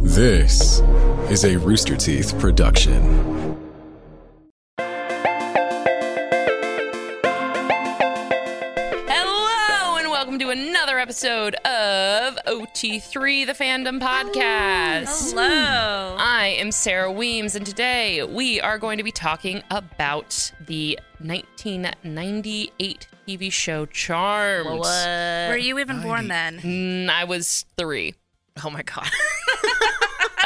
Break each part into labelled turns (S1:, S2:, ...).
S1: This is a Rooster Teeth production.
S2: Hello, and welcome to another episode of OT3, the fandom podcast.
S3: Hello.
S2: I am Sarah Weems, and today we are going to be talking about the 1998 TV show Charmed.
S3: Were you even born then?
S2: Mm, I was three.
S3: Oh my god.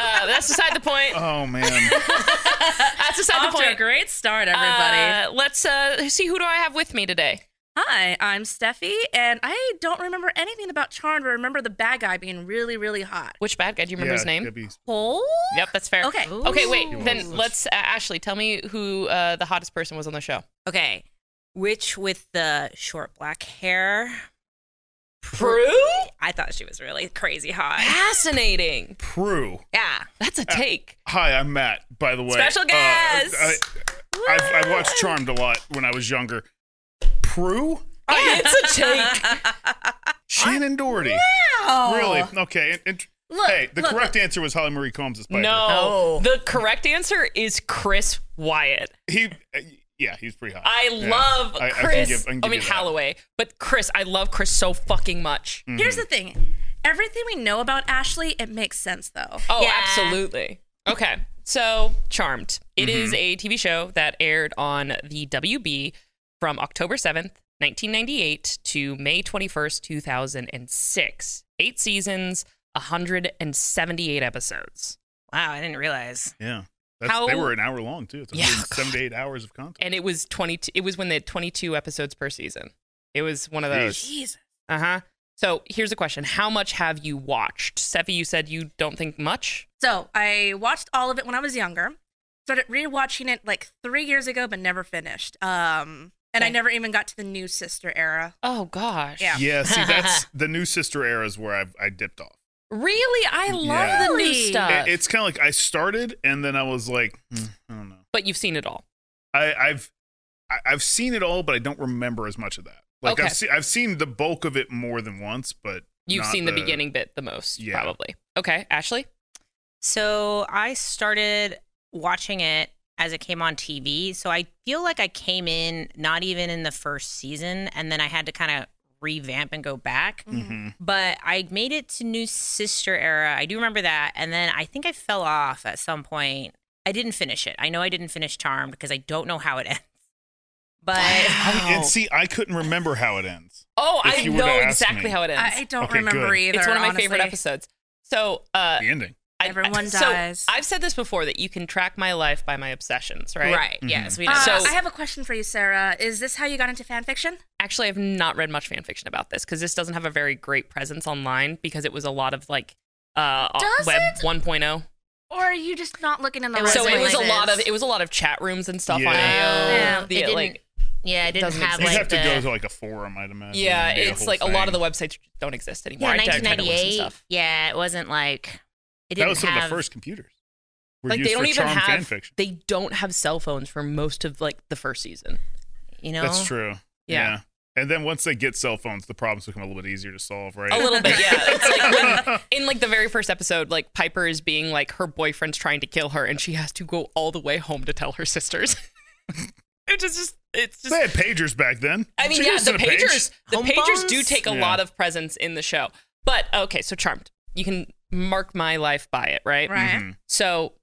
S2: Uh, that's beside the point.
S4: Oh man.
S2: That's beside
S3: Off
S2: the
S3: to a
S2: point.
S3: great start, everybody.
S2: Uh, let's uh, see who do I have with me today.
S3: Hi, I'm Steffi, and I don't remember anything about Charmed. but I remember the bad guy being really, really hot.
S2: Which bad guy? Do you remember
S4: Yeah,
S2: his name?
S4: Gibby's.
S3: Hole?
S2: Yep, that's fair.
S3: Okay.
S2: Okay, wait.
S4: Ooh.
S2: Then let's uh, Ashley tell me who uh, the hottest person was on the show.
S5: Okay. Witch with the short black hair.
S2: Prue?
S5: I thought she was really crazy hot.
S2: Fascinating.
S4: Prue.
S5: Yeah.
S2: That's
S4: Uh,
S2: a take.
S4: Hi, I'm Matt. By the way,
S5: Special
S4: Uh,
S5: guest.
S4: I, I've, I watched Charmed a lot when I was younger. Prue.
S2: it's a take.
S4: Shannon Doherty.
S3: Oh.
S4: Really? Okay. and- and-
S3: Look,
S4: hey, the
S3: look,
S4: correct answer was Holly Marie Combs' Piper.
S2: No. The correct answer is Chris Wyatt.
S4: He. uh, yeah, he's pretty hot.
S2: I
S4: Yeah.
S2: love
S4: I- I can
S2: Chris. I,
S4: give- I can give
S2: mean,
S4: you that.
S2: Holloway. But Chris, I love Chris so fucking much.
S3: Here's the thing. Everything we know about Ashley, it makes sense though.
S2: Oh,
S5: Yeah.
S2: absolutely. Mm-hmm. Okay. So, Charmed. It is a TV show that aired on the WB from October 7th, 1998 to May 21st, 2006. Eight seasons, 178 episodes.
S5: Wow, I didn't realize.
S4: Yeah. That's,
S2: How-
S4: They were an hour long too. It's
S2: Yeah,
S4: 178 hours of content.
S2: and it was 22 it was when they had 22 episodes per season it was one of those
S3: Jeez.
S2: uh-huh so here's a question how much have you watched Steffi, you said you don't think much
S3: So I watched all of it when I was younger. Started rewatching it like three years ago, but never finished. Um, and I
S2: Okay.
S3: never even got to the new sister era.
S2: oh gosh
S3: Yeah.
S4: Yeah. See, that's the new sister era is where I've, I dipped off.
S2: really i love
S4: Yeah.
S2: the new
S3: Really?
S2: stuff
S4: It- it's kind of like I started and then I was like, hmm, I don't know.
S2: but you've seen it all
S4: I, I've I- I've seen it all, but I don't remember as much of that. Like
S2: Okay.
S4: I've seen I've seen the bulk of it more than once, but
S2: you've
S4: not
S2: seen the, beginning bit the most
S4: Yeah.
S2: probably okay ashley
S5: So I started watching it as it came on TV. So I feel like I came in not even in the first season and then I had to kind of revamp and go back.
S4: Mhm.
S5: But I made it to New Sister Era. I do remember that. And then I think I fell off at some point. I didn't finish it. I know I didn't finish Charmed because I don't know how it ends. But
S4: I- and see, I couldn't remember how it ends.
S2: oh
S4: If
S2: i
S4: you would've
S2: know
S4: asked
S2: exactly
S4: me.
S2: how it ends
S3: I, I don't
S4: Okay,
S3: remember
S4: good.
S3: either.
S2: it's one of my favorite
S3: honestly.
S2: episodes so uh
S4: The ending.
S2: I-
S3: Everyone
S2: so
S3: dies.
S2: i've said this before that you can track my life by my obsessions right
S5: Right.
S4: Mm-hmm.
S5: Yes. We know.
S3: Uh,
S2: So-
S3: I have a question for you, Sarah. Is this how you got into fan fiction?
S2: actually I've not read much fan fiction about this because this doesn't have a very great presence online because it was a lot of like uh
S3: Does
S2: web
S3: it?
S2: 1.0.
S3: Or are you just not looking in the right
S2: So it was a
S3: places?
S2: lot of it was a lot of chat rooms and stuff on
S4: Yeah.
S2: AO.
S3: Yeah.
S2: The,
S5: It didn't-
S2: like
S5: yeah, I didn't
S2: doesn't exist.
S5: have
S4: You'd
S5: like
S4: have to
S5: the,
S4: go to like a forum, I'd imagine.
S2: yeah,
S4: and do the
S2: it's
S4: whole
S2: like a lot of the
S4: thing.
S2: websites don't exist anymore.
S5: yeah,
S2: I tried- tried to look some
S5: 1998.
S2: stuff.
S5: Yeah, it wasn't like it didn't
S4: That was some
S5: have
S4: of the first computers. Were
S2: Like
S4: used
S2: they don't
S4: for
S2: even
S4: charmed
S2: have
S4: fanfiction.
S2: they don't have cell phones for most of like the first season.
S5: You know,
S4: That's true.
S2: Yeah.
S4: And then once they get cell phones, the problems become a little bit easier to solve, right?
S2: A little bit, yeah. It's like when, in like the very first episode, like Piper is being like her boyfriend's trying to kill her, and she has to go all the way home to tell her sisters. it just, just it's just.
S4: They had pagers back then.
S2: I mean,
S4: She
S2: yeah,
S4: used
S2: the
S4: a page.
S2: pagers, the
S5: Home
S2: pagers
S5: phones?
S2: do take a
S4: Yeah.
S2: lot of presence in the show. But okay, so Charmed, you can mark my life by it, right?
S3: Right.
S4: Mhm.
S2: So,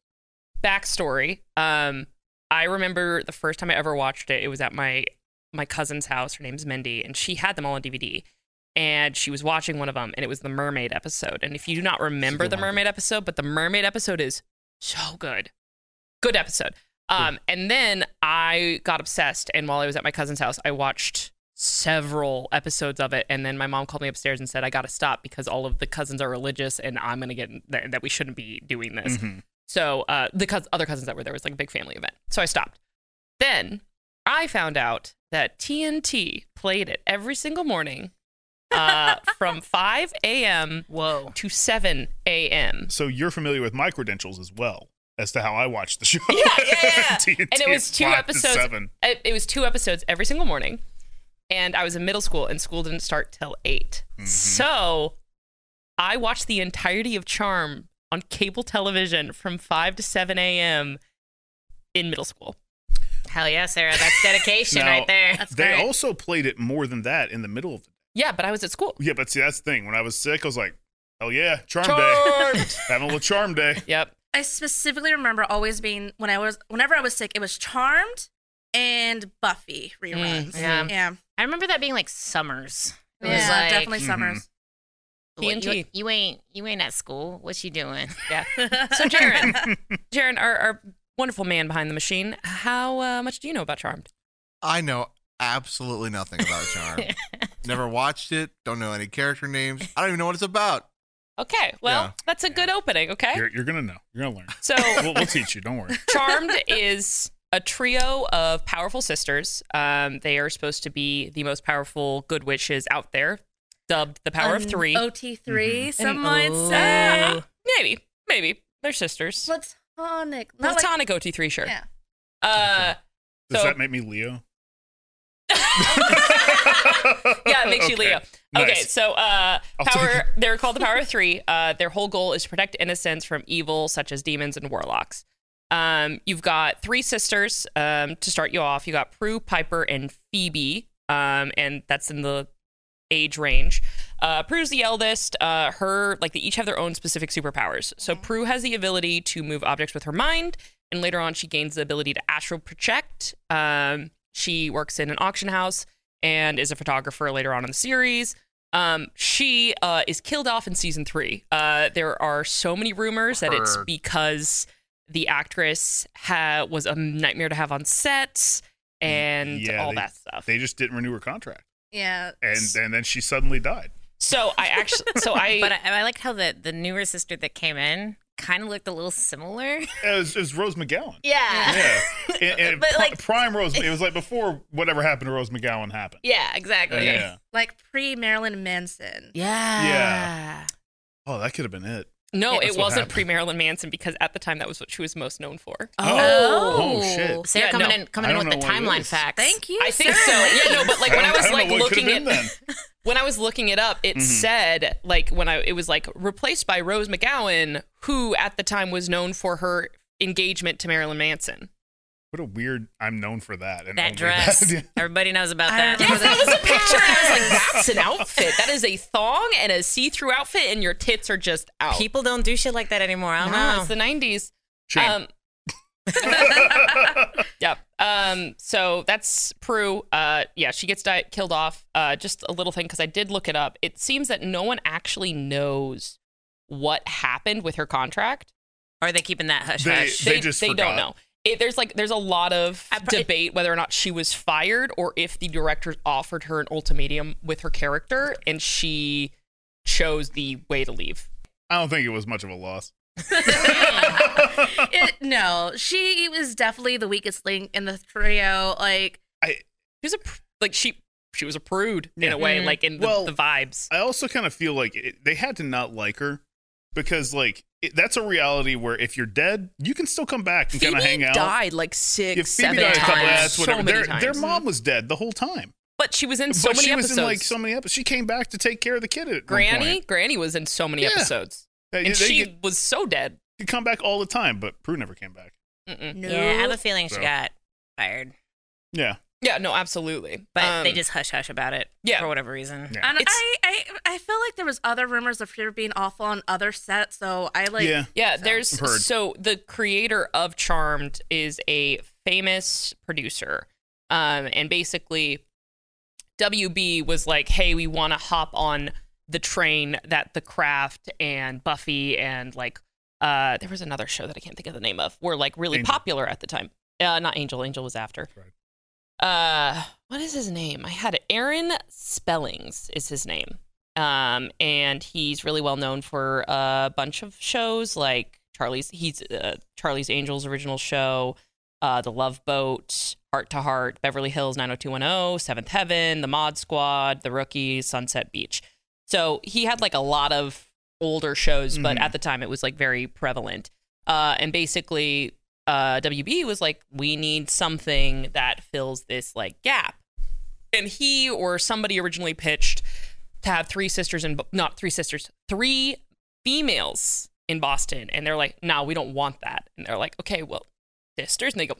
S2: backstory. Um, I remember the first time I ever watched it. It was at my my cousin's house. Her name's Mindy, and she had them all on DVD. And she was watching one of them, and it was the mermaid episode. And if you do not remember
S4: good
S2: the
S4: one.
S2: mermaid episode, but the mermaid episode is so good, good episode. Um, and then I got obsessed, and while I was at my cousin's house, I watched several episodes of it. And then my mom called me upstairs and said, "I got to stop because all of the cousins are religious, and I'm gonna get that, that we shouldn't be doing this."
S4: Mhm.
S2: So uh, the cous- other cousins that were there was like a big family event. So I stopped. Then I found out that TNT played it every single morning uh, from 5 a.m.
S5: whoa.
S2: to 7 a.m.
S4: So you're familiar with my credentials as well as to how I watched the show.
S2: Yeah, yeah, yeah.
S4: TNT
S2: and it was two
S4: five to
S2: episodes. e,
S4: Seven.
S2: It, it was two episodes every single morning, and I was in middle school, and school
S4: Mm-hmm.
S2: didn't start till 8 So I watched the entirety of Charm on cable television from 5 to 7 a.m. in middle school.
S5: Hell yeah, Sarah. That's dedication
S4: Now-
S5: right there.
S3: That's
S4: They
S3: great.
S4: also played it more than that in the middle of the
S2: Yeah, but I was at school.
S4: Yeah, but see, that's the thing. When I was sick, I was like, hell yeah, charm day.
S2: Charmed.
S4: Having a little charm day.
S2: yep.
S3: I specifically remember always being when I was whenever I was sick, it was Charmed and Buffy reruns.
S2: Mm,
S5: yeah.
S3: yeah,
S5: I remember that being like summers. It
S3: Yeah,
S5: was like,
S3: uh, definitely
S4: Mhm.
S3: Summers.
S5: what, you,
S2: TNT.
S5: you ain't you ain't at school. What you doing?
S2: Yeah. So Jaron, Jaron, our, our wonderful man behind the machine, how uh, much do you know about Charmed?
S6: I know absolutely nothing about Charm. Never watched it. Don't know any character names. I don't even know what it's about.
S2: Okay, well,
S6: Yeah.
S2: that's a good opening, okay?
S4: You're, you're going to know. You're going to learn.
S2: so
S4: We'll, we'll teach you. Don't worry.
S2: Charmed is a trio of powerful sisters. Um, they are supposed to be the most powerful good witches out there, dubbed the Power of
S3: An
S2: Three.
S3: OT3, some
S2: An
S3: might
S5: O-
S3: say.
S2: Uh, maybe, maybe they're sisters.
S3: Platonic. Not like-
S2: Platonic OT3, sure.
S3: Yeah.
S2: Uh,
S4: Does
S2: So-
S4: that make me Leo?
S2: yeah, it makes you
S4: Okay.
S2: Leo. Okay,
S4: Nice.
S2: so uh,
S4: I'll take
S2: power. They're called the Power of Three. Uh, their whole goal is to protect innocence from evil such as demons and warlocks. Um, you've got three sisters um, to start you off. You got Prue, Piper, and Phoebe, um, and that's in the age range. Uh, Prue's the eldest. Uh, her like they each have their own specific superpowers. So
S4: Mm-hmm.
S2: Prue has the ability to move objects with her mind, and later on she gains the ability to astral project. Um, she works in an auction house and is a photographer later on in the series. Um, she uh, is killed off in season three. Uh, there are so many rumors that it's
S6: Heard.
S2: because the actress ha- was a nightmare to have on set and
S4: Yeah,
S2: all
S4: they-
S2: that stuff.
S4: They just didn't renew her contract.
S3: Yeah.
S4: And, and then she suddenly died.
S2: so I actually, so I,
S5: But I, I liked how the, the newer sister that came in kind of looked a little similar.
S4: It was, it was Rose McGowan.
S5: Yeah.
S4: Yeah. And, and
S5: But,
S4: pri-
S5: like-
S4: prime Rose. It was like before whatever happened to Rose McGowan happened.
S5: Yeah, exactly.
S4: Yeah.
S3: Like pre Marilyn Manson.
S5: Yeah.
S4: Yeah. Oh, that could have been it.
S2: no,
S4: That's
S2: it
S4: what
S2: wasn't
S4: happened.
S2: pre Marilyn Manson because at the time that was what she was most known for.
S4: Oh. Oh, shit.
S5: Sarah
S2: Yeah,
S5: coming
S2: no.
S5: in coming
S4: I
S5: in
S4: don't
S5: with the
S4: know what it
S5: timeline
S4: is.
S5: facts.
S3: Thank you.
S2: I think so.
S3: Sarah Lee.
S2: Yeah, no, but like
S4: I
S2: when I
S4: don't-
S2: was
S4: I don't
S2: like
S4: know what could
S2: looking
S4: have been Mm-hmm.
S2: at
S4: then.
S2: when I was looking it up, it said like when I it was like replaced by Rose McGowan, who at the time was known for her engagement to Marilyn Manson.
S4: What a weird. I'm known for that. And
S5: that
S4: only
S5: dress.
S4: that.
S5: Everybody knows about
S3: I
S5: that.
S3: remember that.
S2: The picture and I was like, that's an outfit. That is a thong and a see-through outfit, and your tits are just out.
S5: People don't do shit like that anymore. I don't
S2: no, it's
S5: know.
S2: the '90s.
S4: Shame.
S2: Um, yep. Um, so that's Prue. Uh, yeah, she gets di- killed off. Uh, just a little thing because I did look it up. It seems that no one actually knows what happened with her contract.
S5: Or are they keeping that hush
S4: They-
S5: hush?
S4: they- just
S2: don't
S4: forgot.
S2: know. It, there's like there's a lot of
S5: I pro-
S2: debate whether or not she was fired or if the directors offered her an ultimatum with her character and she chose the way to leave.
S4: I don't think it was much of a loss.
S3: It, no, she was definitely the weakest link in the trio. Like,
S2: She was a pr- like she she was a prude in a way,
S5: Mhm.
S2: like in the,
S4: Well,
S2: the vibes.
S4: I also kind of feel like it, they had to not like her because, like, it, that's a reality where if you're dead, you can still come back and kind of
S2: Phoebe
S4: hang out.
S2: died like six,
S4: If Phoebe
S2: seven
S4: died a couple
S2: times.
S4: that's
S2: so
S4: whatever.
S2: many
S4: their,
S2: times.
S4: their mom was dead the whole time,
S2: but she was in so
S4: but
S2: many
S4: she
S2: episodes.
S4: was in like so many episodes. She came back to take care of the kid at
S2: Granny,
S4: One point.
S2: Granny was in so many
S4: Yeah.
S2: episodes,
S4: They-
S2: and
S4: they
S2: she
S4: get-
S2: was so dead.
S4: could come back all the time, but Prue never came back.
S2: Mm-mm.
S3: no.
S5: yeah, I have a feeling she
S4: So.
S5: got fired.
S4: Yeah,
S2: Yeah, no, absolutely.
S5: But
S2: Um,
S5: they just hush hush about it
S2: yeah.
S5: for whatever reason.
S4: Yeah.
S3: And
S2: It's-
S3: I, I, I feel like there was other rumors of her being awful on other sets. So I like.
S4: yeah.
S2: Yeah,
S3: So-
S2: there's
S4: Heard.
S2: so the creator of Charmed is a famous producer. Um, and basically WB was like, "Hey, we want to hop on the train that The Craft and Buffy and like uh there was another show that I can't think of the name of were like really
S4: Angel.
S2: popular at the time. Uh not Angel, Angel was after.
S4: That's
S2: Uh what is his name? I had it. Aaron Spellings is his name um, and he's really well known for a bunch of shows like Charlie's. He's uh, Charlie's Angels original show, uh, The Love Boat, Heart to Heart, Beverly Hills 90210, Seventh Heaven, The Mod Squad, The Rookie, Sunset Beach. So he had like a lot of older shows, but
S4: Mhm.
S2: at the time it was like very prevalent. Uh, and basically, uh, WB was like, we need something that fills this like gap. And he or somebody originally pitched to have three sisters and not three sisters, three females in Boston. And they're like, nah, we don't want that. And they're like, okay, well, sisters. And they go,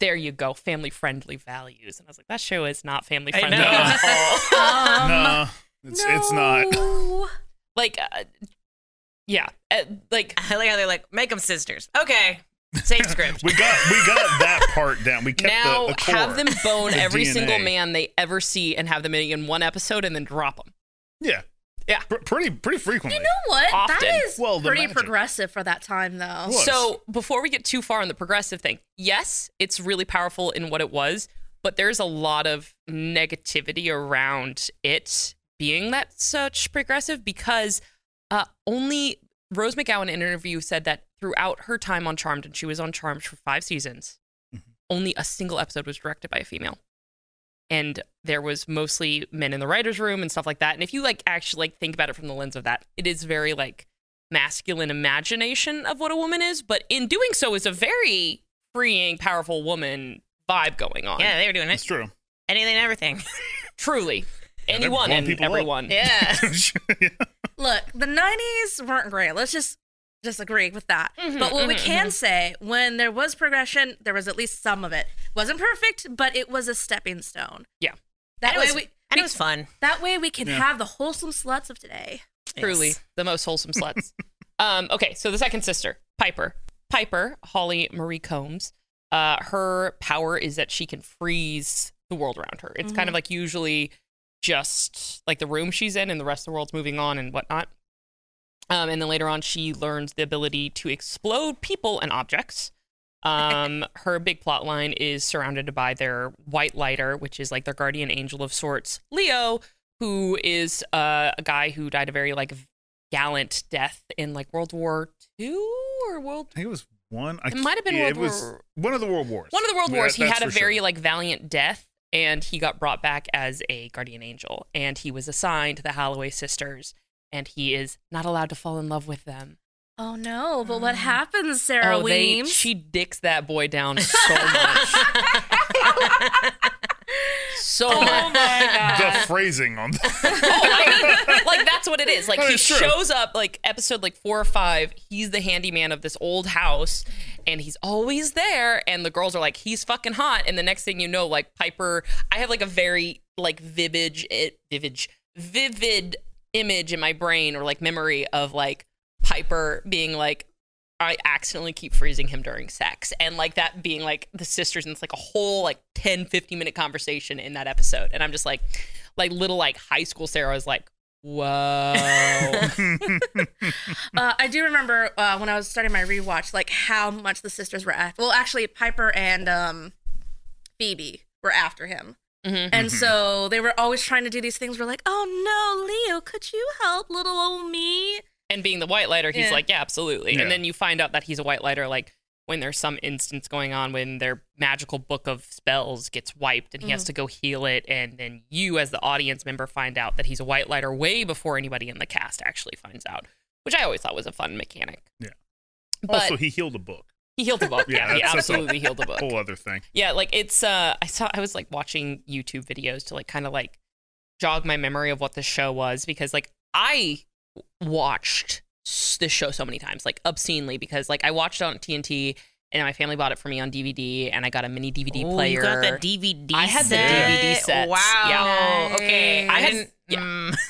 S2: there you go, family friendly values. And I was like, that show is not family
S5: I
S2: friendly
S5: know.
S2: at all.
S3: Um,
S4: no, it's it's not.
S3: no.
S2: Like, uh, yeah, uh, like
S5: I like how they're like, make them sisters. Okay. Same script.
S4: We got we got that part down. We kept
S2: now
S4: the, the core.
S2: have them bone
S4: the
S2: every single
S4: DNA.
S2: man they ever see and have them in, in one episode and then drop them.
S4: Yeah,
S2: Yeah.
S4: Pr- pretty pretty frequently.
S3: You know what?
S2: Often.
S3: That is
S4: Well, the
S3: pretty
S4: magic.
S3: progressive for that time, though.
S4: What? course.
S2: So before we get too far on the progressive thing, yes, it's really powerful in what it was, but there's a lot of negativity around it being that such progressive because uh, only Rose McGowan in an interview said that throughout her time on Charmed, and she was on Charmed for five seasons, only a single episode was directed by a female. And there was mostly men in the writer's room and stuff like that. And if you like actually like think about it from the lens of that, it is very like masculine imagination of what a woman is, but in doing so is a very freeing, powerful woman vibe going on.
S5: yeah, they were doing
S4: it's
S5: it.
S4: true.
S5: Anything and everything.
S2: Truly.
S4: they're
S2: Anyone
S4: blowing
S2: and
S4: people up.
S2: everyone.
S5: Yeah.
S4: Yeah.
S3: Look, the '90s weren't great. Let's just disagree with that.
S2: Mhm,
S3: but what we
S2: mhm,
S3: can say, when there was progression, there was at least some of it. wasn't perfect, but it was a stepping stone.
S2: Yeah.
S3: That
S5: It
S3: way
S5: was-
S3: we.
S5: and
S3: we-
S5: it was fun.
S3: That way we can
S4: Yeah.
S3: have the wholesome sluts of today.
S2: Truly
S5: Yes.
S2: the most wholesome sluts. um, okay, so the second sister, Piper. Piper, Holly Marie Combs, uh, her power is that she can freeze the world around her. It's kind of like usually just like the room she's in and the rest of the world's moving on and whatnot. Um, and then later on, she learns the ability to explode people and objects. Um, her big plot line is surrounded by their white lighter, which is like their guardian angel of sorts, Leo, who is uh, a guy who died a very like gallant death in like World War Two or World
S4: I think it was one. I
S2: It might have been
S4: yeah,
S2: World
S4: it was
S2: War-
S4: one of the world wars.
S2: one of the world
S4: Yeah,
S2: wars he
S4: that's
S2: had a
S4: for
S2: very
S4: sure.
S2: like valiant death and he got brought back as a guardian angel and he was assigned to the holloway sisters and he is not allowed to fall in love with them
S3: Oh no! But what happens, Sarah
S2: oh they
S3: Weems?
S2: she dicks that boy down so much so much
S4: the phrasing on that.
S2: Oh, I mean, like that's what it is. Like
S4: Oh,
S2: he
S4: it's true.
S2: shows up like episode like four or five. He's the handyman of this old house, and he's always there. And the girls are like, he's fucking hot. And the next thing you know, like Piper, I have like a very like vivid, it, vivid, vivid image in my brain or like memory of like Piper being like. I accidentally keep freezing him during sex and like that being like the sisters and it's like a whole like 10 15 minute conversation in that episode and I'm just like like little like high school Sarah was like, whoa.
S3: Uh, I do remember uh, when I was starting my rewatch, like how much the sisters were after. Well, actually, Piper and um, Phoebe were after him,
S2: Mhm.
S3: and so they were always trying to do these things. We're like, "Oh no, Leo, could you help little old me?"
S2: and being the white lighter, he's
S3: Yeah.
S2: like, yeah, absolutely.
S4: Yeah.
S2: And then you find out that he's a white lighter, like when there's some instance going on when their magical book of spells gets wiped and he
S4: Mm-hmm.
S2: has to go heal it. And then you, as the audience member, find out that he's a white lighter way before anybody in the cast actually finds out, which I always thought was a fun mechanic.
S4: Yeah.
S2: But
S4: also, he healed a book.
S2: he healed the book.
S4: Yeah,
S2: yeah, he
S4: that's- that's a
S2: absolutely healed the book.
S4: Whole other thing.
S2: Yeah, like it's uh I saw I was like watching YouTube videos to like kind of like jog my memory of what the show was because like I watched s- this show so many times, like obscenely because like I watched it on TNT and my family bought it for me on DVD and I got a mini DVD
S5: Oh,
S2: player.
S5: You got the DVD
S2: I had the
S5: set.
S2: DVD sets,
S5: Wow.
S2: yeah.
S5: Okay.
S2: I
S5: I,
S2: had-
S5: didn't.
S2: yeah.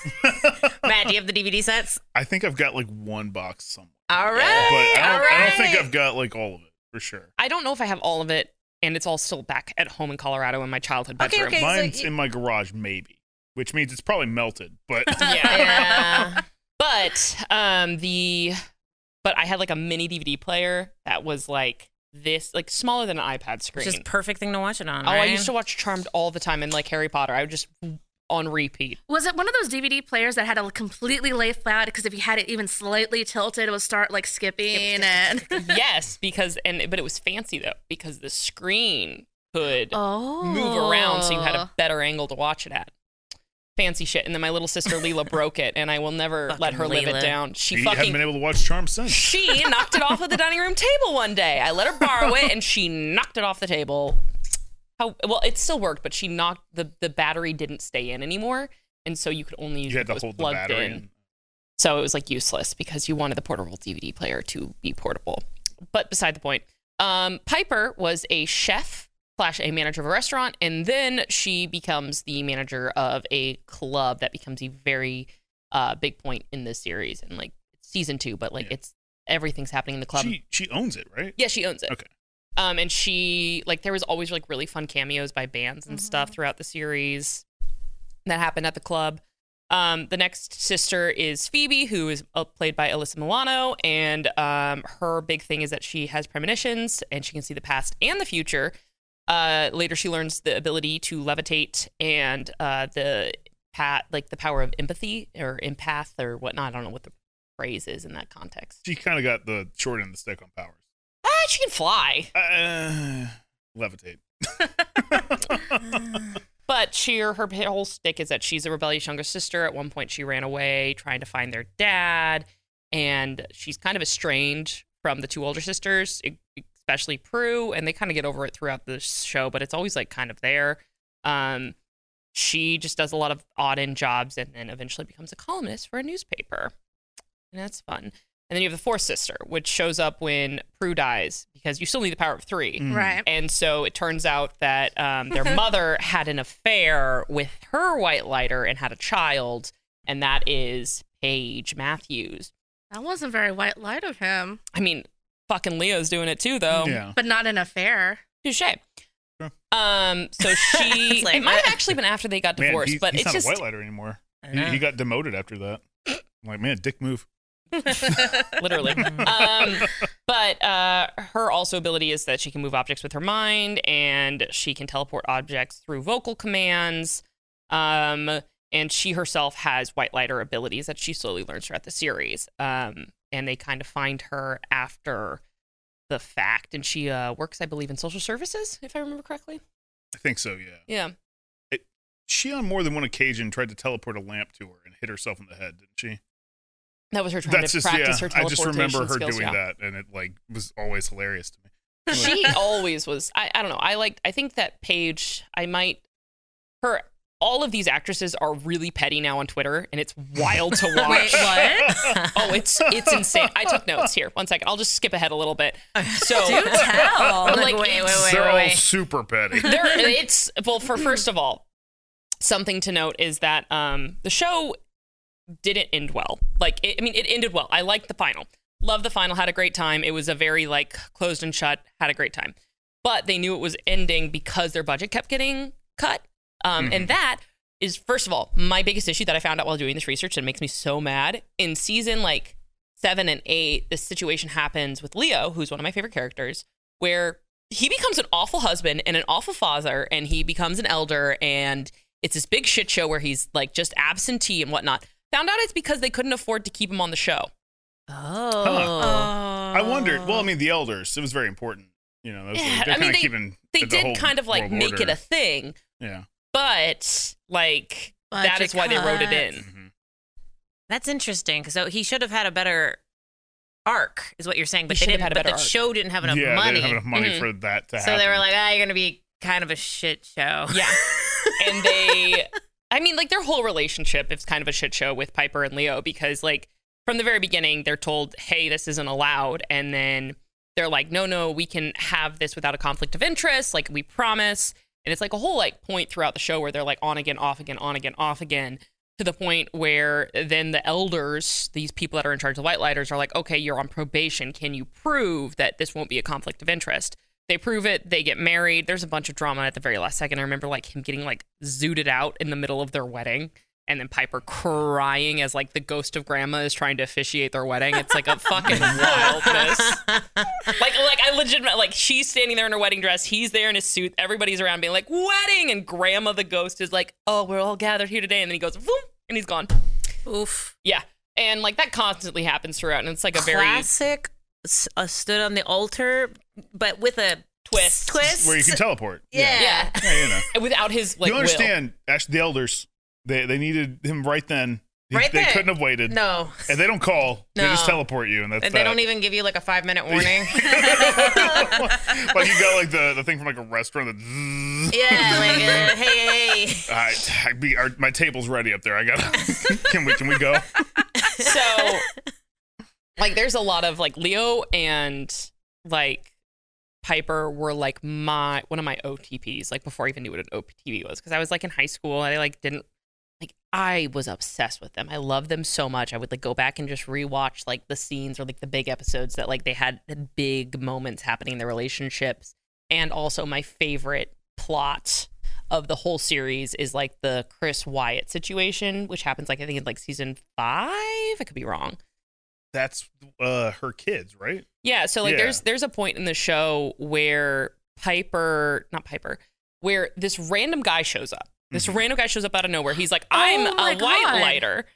S5: mm. Matt, do you have the DVD sets?
S4: I think I've got like one box somewhere,
S5: All right.
S4: but I don't,
S5: all right.
S4: I don't think I've got like all of it for sure.
S2: I don't know if I have all of it and it's all still back at home in Colorado in my childhood
S5: Okay,
S2: bedroom.
S5: okay. so
S4: Mine's
S5: you-
S4: in my garage, maybe, which means it's probably melted. But
S2: Yeah.
S5: Yeah.
S2: But um the but I had like a mini DVD player that was like this like smaller than an iPad screen.
S5: Which is perfect thing to watch it on.
S2: Oh, I
S5: right?
S2: used to watch Charmed all the time and like Harry Potter. I would just on repeat.
S3: Was it one of those DVD players that had to completely lay flat because if you had it even slightly tilted, it would start like skipping and
S2: yes, because and but it was fancy though because the screen could
S3: oh
S2: move around so you had
S5: Oh.
S2: a better angle to watch it at. Fancy shit. And then my little sister Leela broke it and I will never let
S5: Fucking
S2: her live it
S5: Leela.
S2: down. She
S4: you haven't
S2: fucking
S4: been able to watch Charm since.
S2: she knocked it off of the dining room table one day. I let her borrow it, and she knocked it off the table. How well it still worked, but she knocked the the battery didn't stay in anymore, and so you could only use
S4: You had
S2: what
S4: to
S2: was
S4: hold the
S2: plugged
S4: battery.
S2: in.
S4: in.
S2: So it was like useless because you wanted the portable DVD player to be portable. But beside the point, um, Piper was a chef slash a manager of a restaurant, and then she becomes the manager of a club that becomes a very uh, big point in this series and like season two. But like
S4: Yeah.
S2: it's everything's happening in the club.
S4: She she owns it, right?
S2: yeah, she owns it.
S4: Okay.
S2: Um, and she like there was always like really fun cameos by bands and stuff throughout the series that happened at the club. Um, the next sister is Phoebe, who is uh, played by Alyssa Milano, and um, her big thing is that she has premonitions and she can see the past and the future. Uh, later, she learns the ability to levitate and uh, the pat like the power of empathy or empath or whatnot. I don't know what the phrase is in that context.
S4: She kind of got the short end of the stick on powers.
S2: Ah, she can fly.
S4: Uh, levitate.
S2: But she or her whole stick is that she's a rebellious younger sister. At one point, she ran away trying to find their dad, and she's kind of estranged from the two older sisters, e- especially Prue. And they kind of get over it throughout the show, but it's always like kind of there. Um, she just does a lot of odd end jobs, and then eventually becomes a columnist for a newspaper, and that's fun. And then you have the fourth sister, which shows up when Prue dies because you still need the power of three.
S3: Mm. Right.
S2: And so it turns out that um, their mother had an affair with her white lighter and had a child, and that is Paige Matthews.
S3: That wasn't very white light of him,
S2: I mean, fucking Leo's doing it too, though.
S4: Yeah.
S3: but not an affair.
S2: Touche.
S4: Sure.
S2: Um, so she,
S5: It's like- uh,
S2: it might have actually been after they got
S4: Man,
S2: divorced,
S4: he-
S2: but it's
S4: he's not
S2: just,
S4: a white lighter anymore.
S5: I
S4: He,
S5: know.
S4: he got demoted after that. I'm like, man, dick move.
S2: literally. um, but uh, her also ability is that she can move objects with her mind, and she can teleport objects through vocal commands. Um, and she herself has white lighter abilities that she slowly learns throughout the series. Um, and they kind of find her after the fact, and she uh, works, I believe, in social services, if I remember correctly.
S4: I think so. Yeah.
S2: Yeah,
S4: She on more than one occasion tried to teleport a lamp to her and hit herself in the head, didn't she?
S2: that was her trying
S4: That's
S2: to
S4: just yeah.
S2: practice her
S4: I just
S2: teleportation
S4: remember her
S2: skills.
S4: doing
S2: yeah.
S4: that, and it like was always hilarious to me.
S2: she always was I, I don't know i liked i think that paige i might her all of these actresses are really petty now on twitter and it's wild to watch
S5: Wait, what?
S2: oh it's it's insane i took notes here one second i'll just skip ahead a little bit so
S5: Do tell.
S2: Like,
S5: wait, wait,
S2: it's-
S5: wait,
S4: They're
S5: wait,
S4: all
S5: wait.
S4: super petty.
S2: there it's well for first of all something to note is that um the show didn't end well like it, i mean it ended well i liked the final loved the final had a great time it was a very like closed and shut had a great time but they knew it was ending because their budget kept getting cut um and that is first of all my biggest issue that i found out while doing this research and it makes me so mad in season like seven and eight this situation happens with leo who's one of my favorite characters where he becomes an awful husband and an awful father and he becomes an elder and it's this big shit show where he's like just absentee and whatnot found out it's because they couldn't afford to keep him on the show
S5: Oh.
S4: I wondered. Well, I mean, the elders. It was very important. You know, that was,
S2: Yeah,
S4: like, they're
S2: I mean,
S4: kind
S2: they-
S4: of keeping.
S2: they
S4: the whole
S2: did kind of like
S4: world
S2: make it
S4: order.
S2: a thing
S4: yeah.
S2: but like that
S3: Budget
S2: is why they wrote it in
S4: hmm
S5: That's interesting. 'cause So he should have had a better arc, is what you're saying. But
S2: He
S5: they
S2: should have
S5: didn't.
S2: had a
S5: But the
S2: better arc.
S5: show didn't have enough
S4: yeah,
S5: money. Mm-hmm.
S4: they didn't have enough money
S2: Mhm.
S4: for that to
S5: so
S4: happen.
S5: they were like, "Ah, you're gonna be kind of a shit show."
S2: yeah and they i mean like their whole relationship is kind of a shit show with piper and leo because like from the very beginning they're told hey this isn't allowed and then they're like no no we can have this without a conflict of interest like we promise and it's like a whole like point throughout the show where they're like on again off again on again off again to the point where then the elders these people that are in charge of the white lighters are like okay you're on probation can you prove that this won't be a conflict of interest they prove it they get married there's a bunch of drama at the very last second i remember like him getting like zooted out in the middle of their wedding and then Piper crying as like the ghost of grandma is trying to officiate their wedding. It's like a fucking wildness. Like like I legitimate like she's standing there in her wedding dress, he's there in his suit, everybody's around being like, wedding, and grandma the ghost is like, Oh, we're all gathered here today, and then he goes, boom, and he's gone.
S5: Oof.
S2: Yeah. And like that constantly happens throughout, and it's like a very
S5: Classic. s- uh, stood on the altar, but with a
S2: Twist.
S5: Twist.
S4: where you can teleport.
S5: yeah.
S2: Yeah.
S4: Yeah, you know.
S2: without his like
S4: you
S2: will.
S4: understand, Ash, the elders, they, they needed him right then. He-
S5: Right
S4: they
S5: then.
S4: couldn't have waited.
S5: No.
S4: And they don't call. They just
S5: No.
S4: teleport you, and that's
S5: They
S4: that.
S5: don't even give you like a five minute warning.
S4: like you got like the, the thing from like a restaurant. That zzz.
S5: yeah, like uh, hey, hey, hey.
S4: I, I be, our, my table's ready up there. I got. to Can we can we go?
S2: So, like, there's a lot of like Leo and like Piper were like my one of my OTPs, like before I even knew what an OTP was, because I was like in high school and I like didn't like I was obsessed with them. I loved them so much. I would like go back and just rewatch like the scenes or like the big episodes that like they had the big moments happening in their relationships, and also my favorite plot of the whole series is like the Chris Wyatt situation, which happens like I think in like season five. I could be wrong.
S4: That's uh her kids, right?
S2: Yeah, so like
S4: Yeah.
S2: there's there's a point in the show where Piper, not Piper, where this random guy shows up. This random guy shows up out of nowhere. He's like, "I'm
S3: Oh my
S2: a white
S3: God.
S2: lighter."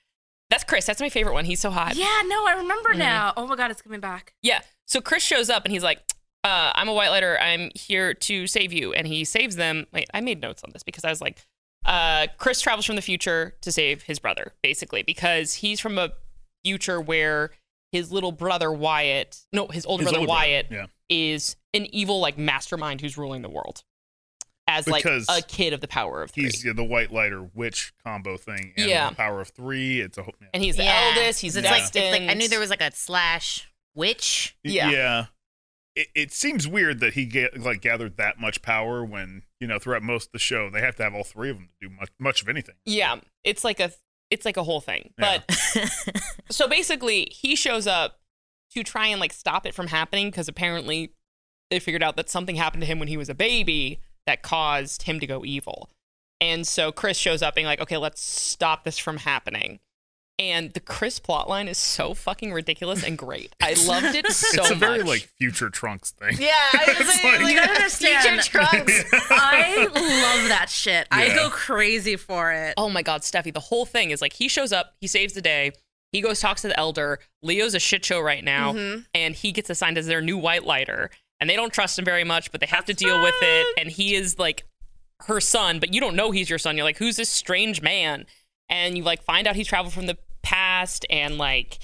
S2: That's Chris. That's my favorite one. He's so hot.
S3: Yeah, no, I remember
S2: Mhm.
S3: now. Oh my god, it's coming back.
S2: Yeah. So Chris shows up and he's like, uh, I'm a white lighter. I'm here to save you. And he saves them. Wait, I made notes on this because I was like, uh, Chris travels from the future to save his brother, basically, because he's from a future where his little brother Wyatt, no, his older
S4: His
S2: brother
S4: older brother,
S2: Wyatt
S4: yeah.
S2: is an evil, like, mastermind who's ruling the world as,
S4: Because
S2: like, a kid of the power of three.
S4: He's yeah, the white lighter witch combo thing. And
S2: Yeah.
S4: the power of three. It's a whole.
S2: and he's the
S5: Yeah.
S2: eldest. He's
S5: it's like, it's
S2: destined.
S5: like I knew there was like a slash witch.
S2: yeah.
S4: yeah. It, it seems weird that he get, like gathered that much power when you know throughout most of the show they have to have all three of them to do much much of anything.
S2: Yeah, it's like a it's like a whole thing.
S4: Yeah.
S2: But so basically, he shows up to try and like stop it from happening because apparently they figured out that something happened to him when he was a baby that caused him to go evil. And so Chris shows up being like, "Okay, let's stop this from happening." And the Chris plotline is so fucking ridiculous and great. I loved it so
S4: it's a
S2: much.
S4: very like future trunks thing.
S5: Yeah, I was like,
S4: like-
S5: like,
S3: You don't understand.
S5: future trunks.
S3: I love that shit.
S4: Yeah.
S3: I go crazy for it.
S2: oh my god, Steffi, the whole thing is like he shows up, he saves the day, he goes talks to the elder. Leo's a shit show right now, and he gets assigned as their new white lighter. And they don't trust him very much, but they have to deal with it. And he is like her son, but you don't know he's your son. You're like, who's this strange man? And you like find out he's traveled from the past, and like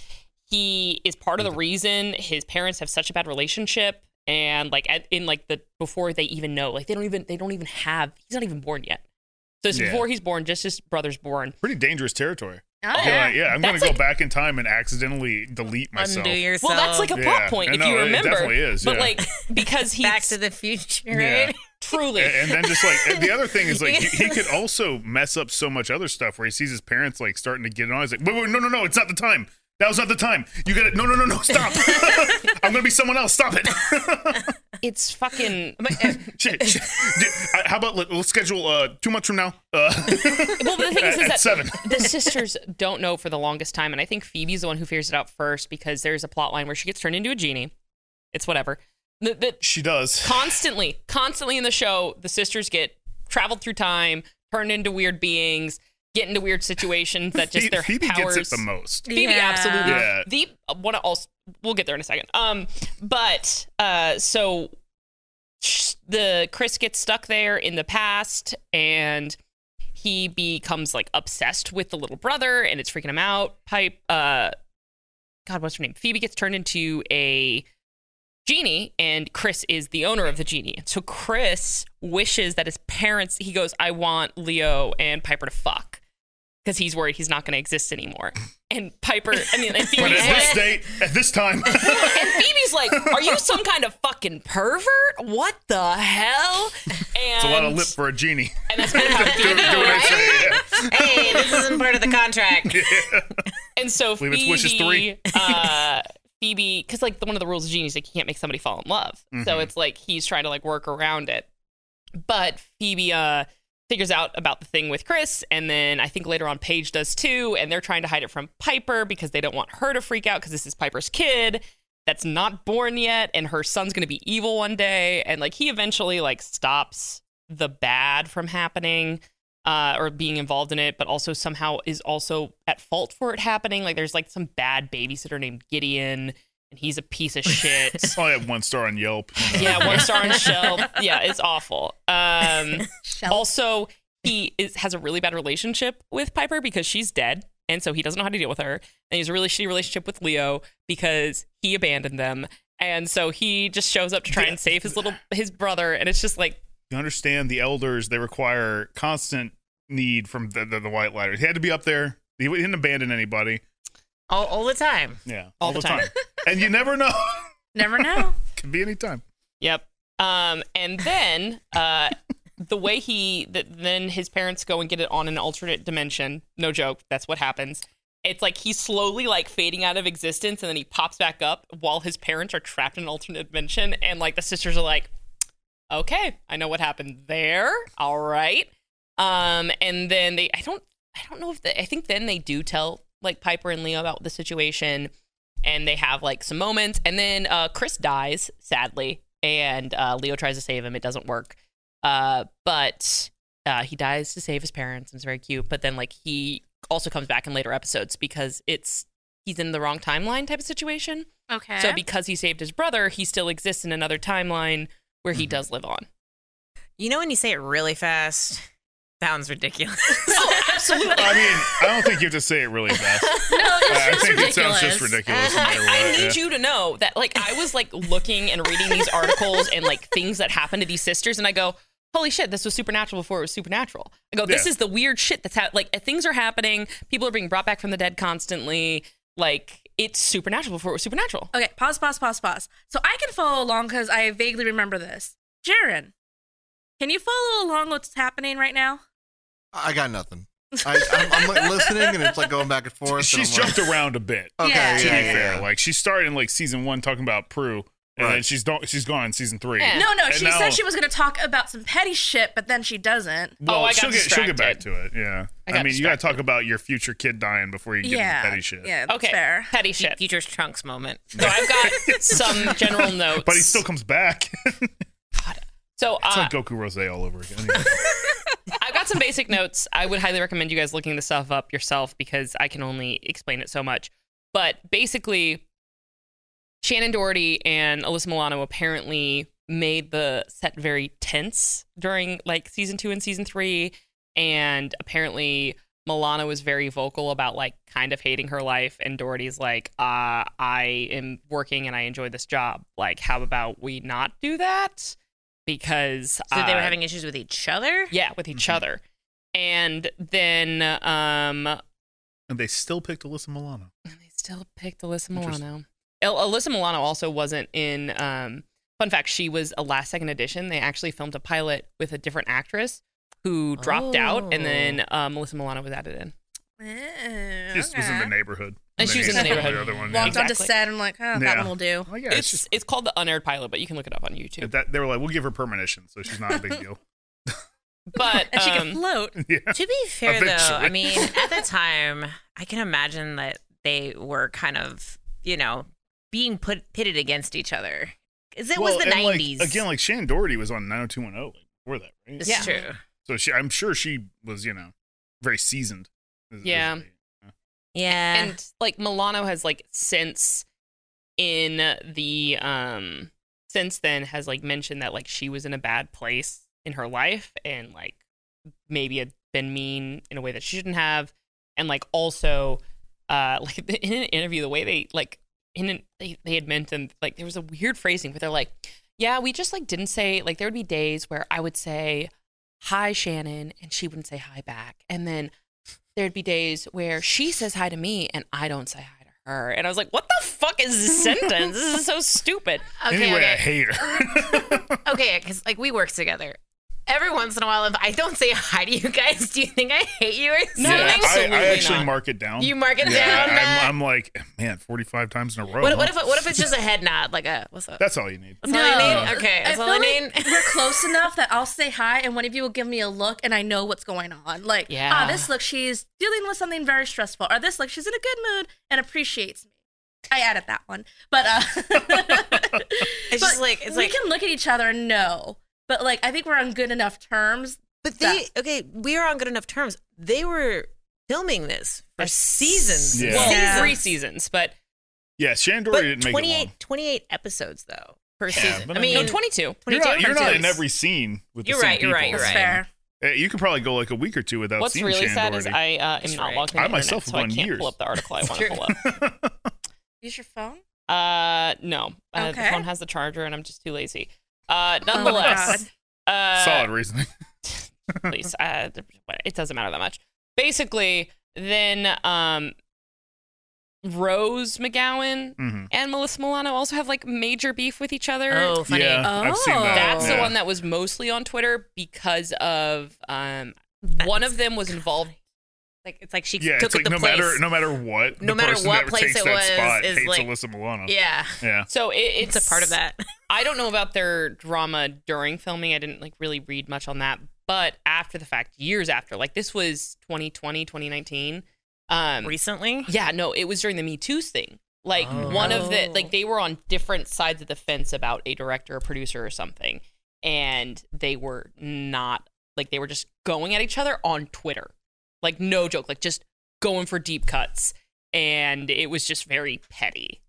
S2: he is part of
S4: Mm-hmm.
S2: the reason his parents have such a bad relationship. And like at, in like the before they even know, like they don't even they don't even have he's not even born yet. So it's
S4: Yeah.
S2: before he's born, just his brother's born.
S4: Pretty dangerous territory.
S3: Oh,
S4: You're like, yeah, I'm going
S2: That's
S4: to go
S2: like-
S4: back in time and accidentally delete myself.
S5: Undo yourself.
S2: Well, that's like a plot
S4: Yeah.
S2: point if
S4: No,
S2: you
S4: it
S2: remember.
S4: definitely is,
S2: But
S4: yeah.
S2: like because he's
S5: Back to the Future,
S4: Yeah.
S5: right?
S2: truly
S4: A- and then just like and the other thing is like he, he could also mess up so much other stuff where he sees his parents like starting to get it on. He's like, wait, wait, no, no, no, it's not the time. That was not the time. You got it. No, no, no, no, stop. I'm gonna be someone else. Stop it.
S2: it's fucking
S5: uh,
S4: shit, shit. D- I- How about let, let's schedule uh, two months from now? Uh,
S2: Well, but the thing is, is
S4: At
S2: that
S4: seven.
S2: the sisters don't know for the longest time, and I think Phoebe's the one who figures it out first because there's a plot line where she gets turned into a genie. It's whatever. The, the,
S4: she does.
S2: constantly, constantly in the show, the sisters get traveled through time, turned into weird beings, get into weird situations that just
S4: Phoebe,
S2: their
S4: Phoebe
S2: powers.
S4: gets it the most.
S2: Phoebe,
S3: Yeah.
S2: absolutely.
S4: Yeah.
S2: The one also we'll get there in a second. Um, but uh, so sh- the Chris gets stuck there in the past, and he becomes like obsessed with the little brother, and it's freaking him out. Pipe, uh, God, what's her name? Phoebe gets turned into a genie, and Chris is the owner of the genie. And so Chris wishes that his parents. He goes, "I want Leo and Piper to fuck." Because he's worried he's not going to exist anymore, and Piper, I mean, and
S4: But
S2: Phoebe's
S4: at
S2: like,
S4: this date, at this time,
S2: and Phoebe's like, "Are you some kind of fucking pervert? What the hell?" And
S4: it's a lot of lip for a genie.
S2: and that's kind of how
S4: Do- do
S2: Phoebe.
S4: what I say, yeah.
S5: hey, this isn't part of the contract.
S2: And so
S4: Believe
S2: Phoebe,
S4: it's wishes three.
S2: uh, Phoebe, because like the- one of the rules of Genie is like you can't make somebody fall in love. So
S4: Mm-hmm.
S2: it's like he's trying to like work around it. But Phoebe uh, figures out about the thing with Chris, and then I think later on Paige does too, and they're trying to hide it from Piper because they don't want her to freak out because this is Piper's kid that's not born yet, and her son's gonna be evil one day, and like he eventually like stops the bad from happening uh, or being involved in it, but also somehow is also at fault for it happening. Like there's like some bad babysitter named Gideon, and he's a piece of shit.
S4: I only have one star on Yelp.
S2: yeah, one star on Shell. Yeah, it's awful. Um, also, he is, has a really bad relationship with Piper because she's dead, and so he doesn't know how to deal with her. And he has a really shitty relationship with Leo because he abandoned them, and so he just shows up to try and save his little his brother. And it's just like
S4: you understand the elders they require constant need from the, the, the white lighters. He had to be up there. He didn't abandon anybody.
S5: all, all the time.
S4: Yeah.
S2: All the time.
S4: and you never know.
S3: Never know.
S4: Could be any time.
S2: Yep. Um, and then uh, the way he th- then his parents go and get it on an alternate dimension. No joke. That's what happens. It's like he's slowly like fading out of existence, and then he pops back up while his parents are trapped in an alternate dimension, and like the sisters are like, "Okay, I know what happened there. All right." Um, and then they, I don't, I don't know if they, I think then they do tell like Piper and Leo about the situation and they have like some moments and then uh chris dies sadly and uh leo tries to save him it doesn't work uh but uh he dies to save his parents and it's very cute but then like he also comes back in later episodes because it's he's in the wrong timeline type of situation
S3: Okay.
S2: so because he saved his brother he still exists in another timeline where he does live on
S5: You know when you say it really fast, sounds ridiculous.
S2: absolutely
S4: I mean, I don't think you have to say it really fast.
S3: no, it's
S4: I
S3: just
S4: think it sounds
S3: ridiculous.
S4: just ridiculous. No matter what.
S2: I need
S4: yeah.
S2: you to know that like I was like looking and reading these articles and like things that happened to these sisters and I go, holy shit, this was supernatural before it was supernatural. I go, this
S4: Yeah.
S2: is the weird shit that's happening. Like things are happening. People are being brought back from the dead constantly. Like it's supernatural before it was supernatural.
S3: Okay, pause, pause, pause, pause. So I can follow along because I vaguely remember this. Jaren, can you follow along what's happening right now?
S6: I got nothing. I, I'm, I'm like listening and it's like going back and forth. and
S4: She's
S6: I'm like,
S4: jumped around a bit.
S6: Okay,
S3: Yeah.
S6: Oh, yeah,
S4: To
S6: yeah,
S4: be fair,
S6: yeah.
S4: like she started in like season one talking about Prue, and then
S6: Right.
S4: she's don't she's gone in season three.
S2: Yeah.
S3: No, no,
S4: And
S3: she
S4: now-
S3: said she was going to talk about some petty shit, but then she doesn't.
S4: Well,
S2: Oh, I got
S4: she'll get she'll get back
S2: distracted.
S4: to it. Yeah,
S2: I
S4: I,
S2: got
S4: mean, you gotta talk about your future kid dying before you get
S3: yeah.
S4: into petty shit.
S3: Yeah, that's
S2: Okay.
S3: fair.
S2: Petty shit.
S5: Future's Trunks moment.
S2: So I've got some general notes.
S4: But he still comes back. it's
S2: So uh,
S5: Ah.
S4: like Goku Rose all over again. Anyway.
S2: I've got some basic notes. I would highly recommend you guys looking this stuff up yourself because I can only explain it so much. But basically, Shannon Doherty and Alyssa Milano apparently made the set very tense during like season two and season three. And apparently, Milano was very vocal about like kind of hating her life. And Doherty's like, uh, I am working and I enjoy this job. Like, how about we not do that? Because
S5: So they were
S2: uh,
S5: having issues with each other.
S2: yeah, with each other. And then um they
S4: and they still picked Alyssa Milano.
S2: still picked Alyssa
S4: Interesting.
S2: Milano. El- Alyssa Milano also wasn't in um fun fact, she was a last second edition. They actually filmed a pilot with a different actress who dropped out and then uh, Melissa Milano was added in.
S4: She just was in the neighborhood.
S2: And she was in
S4: then
S2: the
S4: he filmed
S2: neighborhood.
S4: other one.
S3: Walked
S4: yeah.
S3: onto
S2: Exactly.
S3: set. I'm like, oh, that
S4: Yeah.
S3: one will do.
S4: Oh, yeah,
S2: it's
S4: it's,
S2: it's, called the unaired pilot, but you can look it up on
S4: just,
S2: YouTube.
S4: that, they were like, we'll give her premonition, so she's not a big deal.
S2: But
S3: And she can
S2: um,
S3: float.
S4: yeah.
S5: To be fair, though,
S4: Eventually.
S5: I mean, at the time, I can imagine that they were kind of, you know, being put pitted against each other. Because it was
S4: Well,
S5: the
S4: and, like,
S5: 90s.
S4: again, like Shannon Doherty was on 90210 like, before that, right?
S5: it's
S2: Yeah.
S5: true.
S4: So she, I'm sure she was, you know, very seasoned. Is- is
S2: Yeah.
S4: the-
S5: Yeah.
S2: and like Milano has like since in the um since then has like mentioned that like she was in a bad place in her life and like maybe had been mean in a way that she shouldn't have and like also uh like in an interview the way they like in an, they, they had mentioned like there was a weird phrasing where they're like yeah we just like didn't say like there would be days where i would say hi shannon and she wouldn't say hi back and then there'd be days where she says hi to me and i don't say hi to her and i was like what the fuck is this sentence this is so stupid
S5: okay,
S4: anyway, I
S5: okay.
S4: hate her.
S5: Okay, because like we work together. Every once in a while, if I don't say hi to you guys, do you think I hate you or something?
S2: No,
S4: Yeah, I,
S2: absolutely
S4: I actually
S2: not.
S4: mark it down.
S5: You mark it
S4: Yeah,
S5: down,
S4: I-
S5: Matt?
S4: I'm, I'm like, man, 45 times in a row.
S5: What,
S4: huh?
S5: what if what if it's just a head nod, like a what's up?
S4: That's all you need.
S5: That's all I need. Okay,
S3: I
S5: that's all
S3: feel
S5: I need.
S3: like we're close enough that I'll say hi, and one of you will give me a look, and I know what's going on. Like,
S2: Yeah.
S3: ah, this look, she's dealing with something very stressful, or this look, she's in a good mood and appreciates me. I added that one, but uh,
S5: It's just like it's
S3: we
S5: like
S3: can look at each other and know, but like I think we're on good enough terms.
S5: But they okay, we are on good enough terms. They were filming this for seasons.
S4: Yeah.
S2: well
S3: Yeah.
S2: three seasons but
S4: Yeah, Shannon
S5: But
S4: Doherty didn't make it
S5: 28,
S4: long.
S5: 28 episodes though per
S4: Yeah,
S5: season.
S4: but
S5: I
S4: I
S5: mean,
S2: no 22
S4: You're not,
S5: 22
S4: you're not in
S5: episodes.
S4: every scene with the
S5: You're
S4: same
S5: right, you're right,
S4: people.
S5: you're
S3: That's
S5: right.
S3: fair.
S4: Uh, You could probably go like a week or two without
S2: What's
S4: seeing
S2: really
S4: Shannon
S2: sad
S4: Doherty.
S2: is I uh, am
S5: That's
S2: not
S5: right.
S2: logged in.
S4: I myself
S2: so
S4: have
S2: I
S4: gone
S2: can't
S4: years.
S2: pull up the article I want to
S5: Sure.
S2: pull up.
S3: Use your phone.
S2: Uh, no, uh, the
S3: Okay.
S2: phone has the charger, and I'm just too lazy. Uh,
S3: Oh my
S2: nonetheless,
S3: God.
S2: uh,
S4: Solid reasoning.
S2: at least uh, it doesn't matter that much. Basically, then um, Rose McGowan
S4: Mhm.
S2: and Melissa Milano also have like major beef with each other.
S5: Oh, funny. Oh,
S4: Yeah, I've seen that.
S2: That's the
S4: Yeah.
S2: one that was mostly on Twitter because of um, one of them was involved.
S5: Like it's like she
S4: Yeah,
S5: took
S4: it's like
S5: the
S4: no
S5: place.
S4: matter no matter what,
S5: No
S4: the
S5: matter
S4: person
S5: what
S4: that
S5: place
S4: takes
S5: it
S4: that
S5: was,
S4: spot
S5: is
S4: hates
S5: like-
S4: Alyssa Milano.
S5: yeah,
S4: yeah.
S2: So it, it's
S5: it's a part of that.
S2: I don't know about their drama during filming. I didn't like really read much on that, but after the fact, years after, like this was 2020, 2019. Um,
S5: Recently,
S2: yeah, no, it was during the Me Too thing. Like
S6: Oh.
S2: one of the
S5: Oh.
S2: like they were on different sides of the fence about a director or producer or something, and they were not like they were just going at each other on Twitter, like no joke, like just going for deep cuts, and it was just very petty.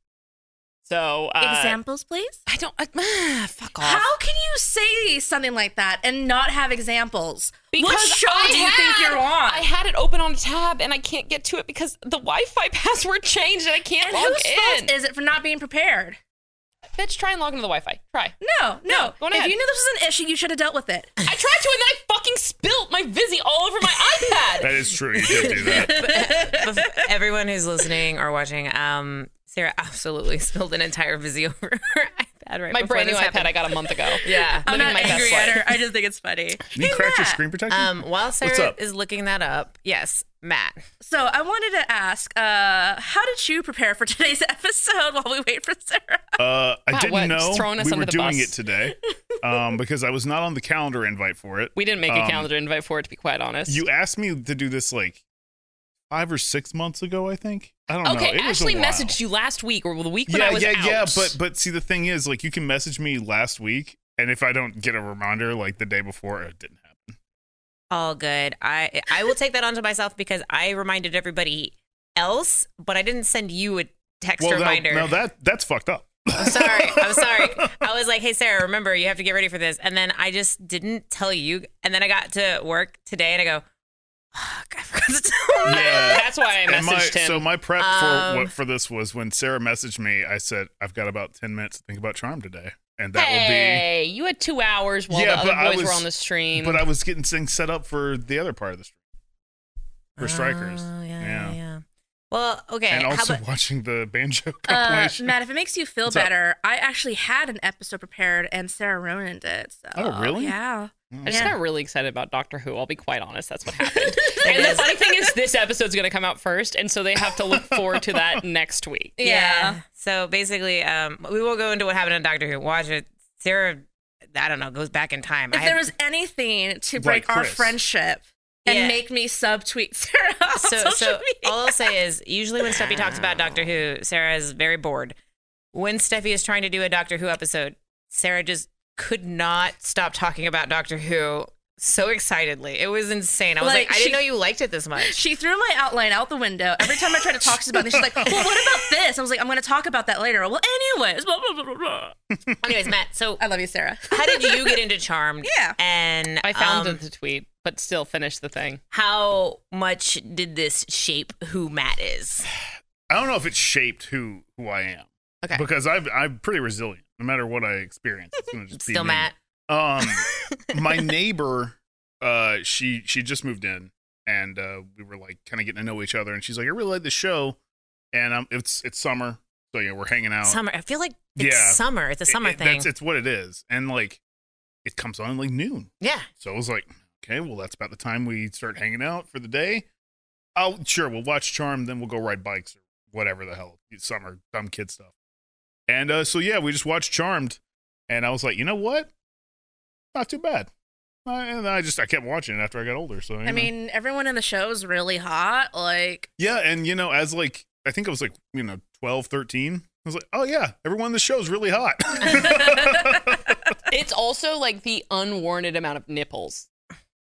S2: So uh,
S3: Examples, please.
S2: I don't. Uh, fuck off.
S3: How can you say something like that and not have examples?
S2: Because
S3: what show
S2: I
S3: do you think
S2: had-
S3: you're on?
S2: I had it open on a tab and I can't get to it because the Wi-Fi password changed and I can't
S3: and
S2: log
S3: whose
S2: in.
S3: fault is it for not being prepared?
S2: Bitch, try and log into the Wi-Fi. Try.
S3: No, no.
S2: No, go on
S3: if
S2: ahead.
S3: you knew this was an issue, you should have dealt with it.
S2: I tried to and then I fucking spilt my Vizzy all over my iPad.
S4: That is true. You did do that.
S5: Bef- everyone who's listening or watching, um, Sarah absolutely spilled an entire Vizzy over her iPad right
S2: my
S5: before
S2: brand new
S5: this
S2: iPad
S5: happened.
S2: I got a month ago.
S5: Yeah.
S2: Living my best life.
S3: I just think it's funny.
S4: You
S3: Hey,
S4: cracked your
S3: Matt.
S4: screen protector.
S5: Um, while Sarah
S4: up?
S5: is looking that up, yes, Matt.
S3: So I wanted to ask, uh, how did you prepare for today's episode while we wait for Sarah?
S4: Uh, I
S2: Wow,
S4: didn't
S2: what?
S4: know
S2: Just throwing us
S4: we
S2: under
S4: were
S2: the
S4: doing
S2: bus.
S4: it today um, because I was not on the calendar invite for it.
S2: We didn't make a
S4: Um,
S2: calendar invite for it, to be quite honest.
S4: You asked me to do this like five or six months ago, I think. I don't know.
S2: okay,
S4: It was a
S2: Ashley
S4: while.
S2: messaged you last week or the week when
S4: yeah,
S2: I was
S4: yeah,
S2: out.
S4: yeah. But but see, the thing is, like, you can message me last week, and if I don't get a reminder like the day before, it didn't happen.
S5: All good. I I will take that onto myself because I reminded everybody else, but I didn't send you a text
S4: well, now,
S5: reminder.
S4: now that that's fucked up.
S5: I'm sorry. I'm sorry. I was like, hey, Sarah, remember, you have to get ready for this. And then I just didn't tell you. And then I got to work today and I go, fuck, I forgot to tell you.
S4: Yeah.
S2: That's why I
S4: And my,
S2: messaged him.
S4: uh, so my prep
S5: Um,
S4: for what for this was when Sarah messaged me. I said I've got about ten minutes to think about charm today, and that
S2: hey, you had two hours while
S4: Yeah,
S2: the
S4: but I
S2: other boys were
S4: was-
S2: on the
S4: will
S2: stream.
S4: be. But I was getting things set up for the other part of the stream for strikers,
S5: Oh, yeah,
S4: Yeah.
S5: yeah. yeah. Well, okay.
S4: and
S5: how
S4: also
S5: about,
S4: watching the banjo
S3: Uh,
S4: compilation.
S3: Matt, if it makes you feel
S4: What's up?
S3: better, I actually had an episode prepared and Sarah Ronan did. So,
S4: Oh, really?
S3: Yeah.
S2: I just
S3: Yeah.
S2: got really excited about Doctor Who. I'll be quite honest. That's what happened. and the funny thing is, this episode's going to come out first. And so they have to look forward to that next week.
S5: yeah. So basically, um, we won't go into what happened on Doctor Who. Watch it. Sarah, I don't know, goes back in time.
S3: If
S5: I
S3: there was anything to
S4: Like
S3: break our
S4: Chris.
S3: friendship and
S5: Yeah.
S3: make me subtweet Sarah on
S5: so,
S3: social
S5: so
S3: media.
S5: all I'll say is usually when Steffi talks about Doctor Who, Sarah is very bored. When Steffi is trying to do a Doctor Who episode, Sarah just could not stop talking about Doctor Who so excitedly. It was insane. I was like,
S3: Like,
S5: I
S3: she-
S5: didn't know you liked it this much.
S3: She threw my outline out the window. Every time I tried to talk about it, she's like, "Well, what about this?" I was like, "I'm going to talk about that later." Well, anyways, blah, blah, blah, blah, blah.
S5: Anyways, Matt, so
S3: I love you, Sarah.
S5: how did you get into Charmed?
S3: Yeah.
S5: And
S2: I found
S5: um,
S2: the tweet, but still finished the thing.
S5: how much did this shape who Matt is?
S4: I don't know if it shaped who who I am.
S5: Okay.
S4: Because I've, I'm pretty resilient. No matter what I experience, it's gonna just be
S5: Still
S4: me.
S5: Matt.
S4: Um, my neighbor, uh, she she just moved in, and uh, we were like kind of getting to know each other. And she's like, "I really like the show," and um, it's it's summer, so yeah, we're hanging out.
S5: Summer. I feel like it's
S4: Yeah.
S5: summer. It's a
S4: It-
S5: summer
S4: it-
S5: thing.
S4: That's it's what it is, and like it comes on like noon.
S5: yeah.
S4: So I was like, okay, well, that's about the time we start hanging out for the day. Oh, sure, we'll watch Charm, then we'll go ride bikes or whatever the hell, summer dumb kid stuff. And uh, so yeah, we just watched Charmed, and I was like, you know what? Not too bad. I, and I just I kept watching it after I got older. So you
S3: I
S4: know.
S3: mean, everyone in the show is really hot. Like,
S4: yeah, and you know, as like I think I was like you know 12, 13. I was like, oh yeah, everyone in the show's really hot.
S2: It's also like the unwarranted amount of nipples.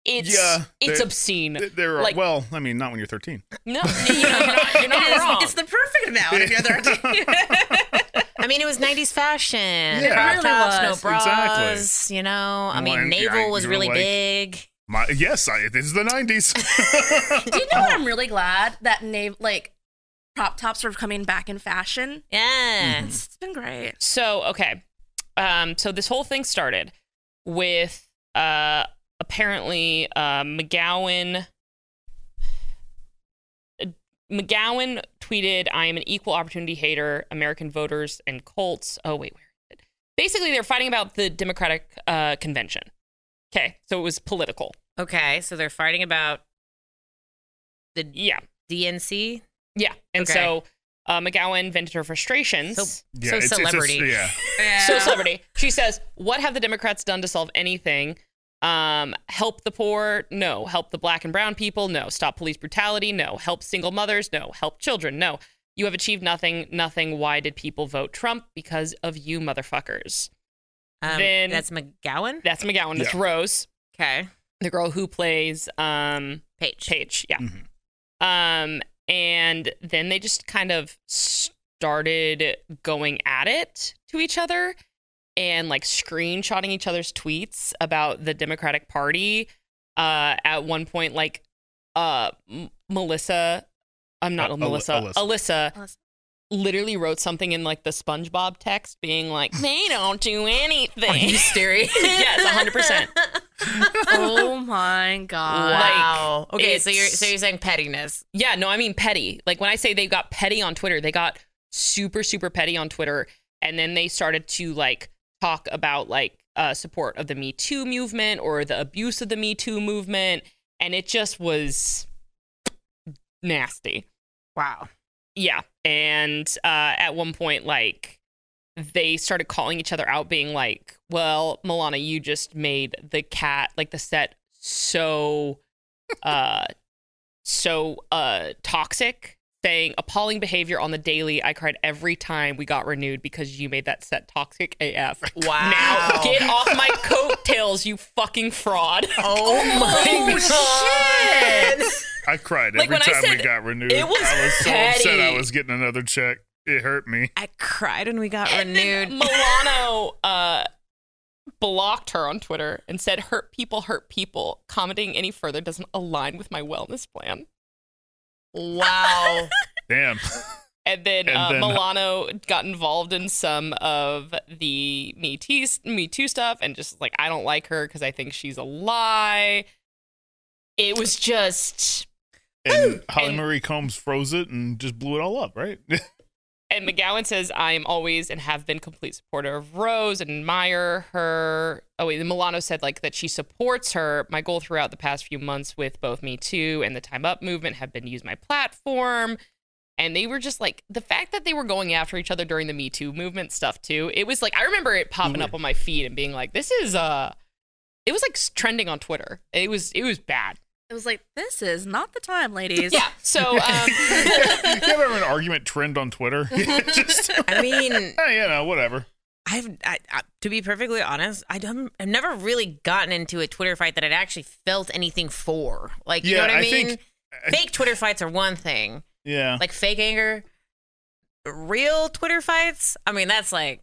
S2: It's
S4: Yeah,
S2: it's
S4: they-
S2: obscene.
S4: there are
S2: Like-
S4: well, I mean, not when you're thirteen.
S2: no, you know, you're not, you're not
S3: it is,
S2: wrong.
S3: it's the perfect amount if you're 13.
S5: I mean, it was '90s fashion.
S4: it
S5: Crop
S3: really
S5: tops,
S3: was.
S5: no bras.
S4: Exactly.
S5: You know, I
S4: Well,
S5: mean,
S4: and, yeah,
S5: navel was
S4: you were
S5: really
S4: like-
S5: big.
S4: My yes, I, it is the nineties.
S3: Do you know what? I'm really glad that nav- like prop tops are coming back in fashion.
S5: Yeah.
S3: It's been great.
S2: So okay, um, so this whole thing started with uh, apparently uh, McGowan McGowan tweeted, I am an equal opportunity hater, American voters and cults. Oh, wait, where is it? Basically, they're fighting about the Democratic uh, convention. Okay, so it was political.
S4: Mm-hmm.
S5: Okay, so they're fighting about the
S2: Yeah,
S5: DNC.
S2: yeah. And
S5: Okay.
S2: so uh, McGowan vented her frustrations.
S5: So-
S4: Yeah,
S5: so
S4: it's- it's a-
S5: celebrity.
S4: yeah.
S2: so celebrity. She says, "What have the Democrats done to solve anything? Um, help the poor? No. Help the black and brown people? No. Stop police brutality? No. Help single mothers? No. Help children? No. You have achieved nothing. Nothing. Why did people vote Trump? Because of you, motherfuckers."
S5: Um,
S2: Then-
S5: that's McGowan.
S2: That's McGowan. That's
S4: Yeah.
S2: Rose,
S5: Okay,
S2: the girl who plays um,
S5: Paige.
S2: Paige. Yeah.
S4: Mhm.
S2: Um, and then they just kind of started going at it to each other and like screenshotting each other's tweets about the Democratic Party. Uh, at one point, like uh, M- Melissa, I'm not
S4: Uh, Aly-
S2: Melissa,
S4: Alyssa.
S2: Alyssa,
S3: Alyssa.
S2: literally wrote something in like the SpongeBob text, being like, "They don't do anything."
S5: Hysteria.
S2: yes, 100. percent
S3: oh my god.
S5: Wow.
S2: Like,
S5: okay, so you're
S2: it's-
S5: so you're saying pettiness.
S2: Yeah, no, I mean petty. Like when I say they got petty on Twitter, they got super, super petty on Twitter. And then they started to like talk about like uh, support of the Me Too movement or the abuse of the Me Too movement. And it just was nasty.
S5: Wow.
S2: Yeah. And uh, at one point, like they started calling each other out, being like, well, Milana, you just made the cat, like the set so, uh, so uh, toxic, saying appalling behavior on the daily. I cried every time we got renewed because you made that set toxic AF.
S5: Wow.
S2: Now get off my coattails, you fucking fraud.
S5: Oh my god.
S4: I cried
S2: Like,
S4: every
S2: when I
S4: time
S2: said-
S4: we got renewed.
S2: it was
S4: I was so upset I
S2: petty.
S4: was getting another check. It hurt me.
S5: I cried when we got
S2: And then
S5: renewed.
S2: Milano uh, blocked her on Twitter and said, "Hurt people, hurt people." Commenting any further doesn't align with my wellness plan.
S5: Wow.
S4: Damn.
S2: And then,
S4: And
S2: uh,
S4: then-
S2: Milano got involved in some of the Me Too, Me Too stuff and just like, I don't like her because I think she's a lie. It was just,
S4: And Holly
S2: And-
S4: Marie Combs froze it and just blew it all up, right?
S2: and McGowan says, I am always and have been complete supporter of Rose and admire her. Oh, wait, Milano said like that she supports her. My goal throughout the past few months with both Me Too and the Time Up movement have been to use my platform. And they were just like the fact that they were going after each other during the Me Too movement stuff too. It was like I remember it popping up on my feed and being like, "This is uh," it was like s- trending on Twitter. It was it was bad.
S3: It was like this is not the time, ladies.
S2: Yeah. So um,
S4: you ever have an argument trend on Twitter? just,
S5: I mean,
S4: eh, you know, whatever.
S5: I've I, I, to be perfectly honest, I don't, I've never really gotten into a Twitter fight that I'd actually felt anything for. Like, you know
S4: Yeah,
S5: what I,
S4: I
S5: mean?
S4: think- uh,
S5: fake Twitter fights are one thing,
S4: Yeah.
S5: like fake anger. Real Twitter fights, I mean, that's like,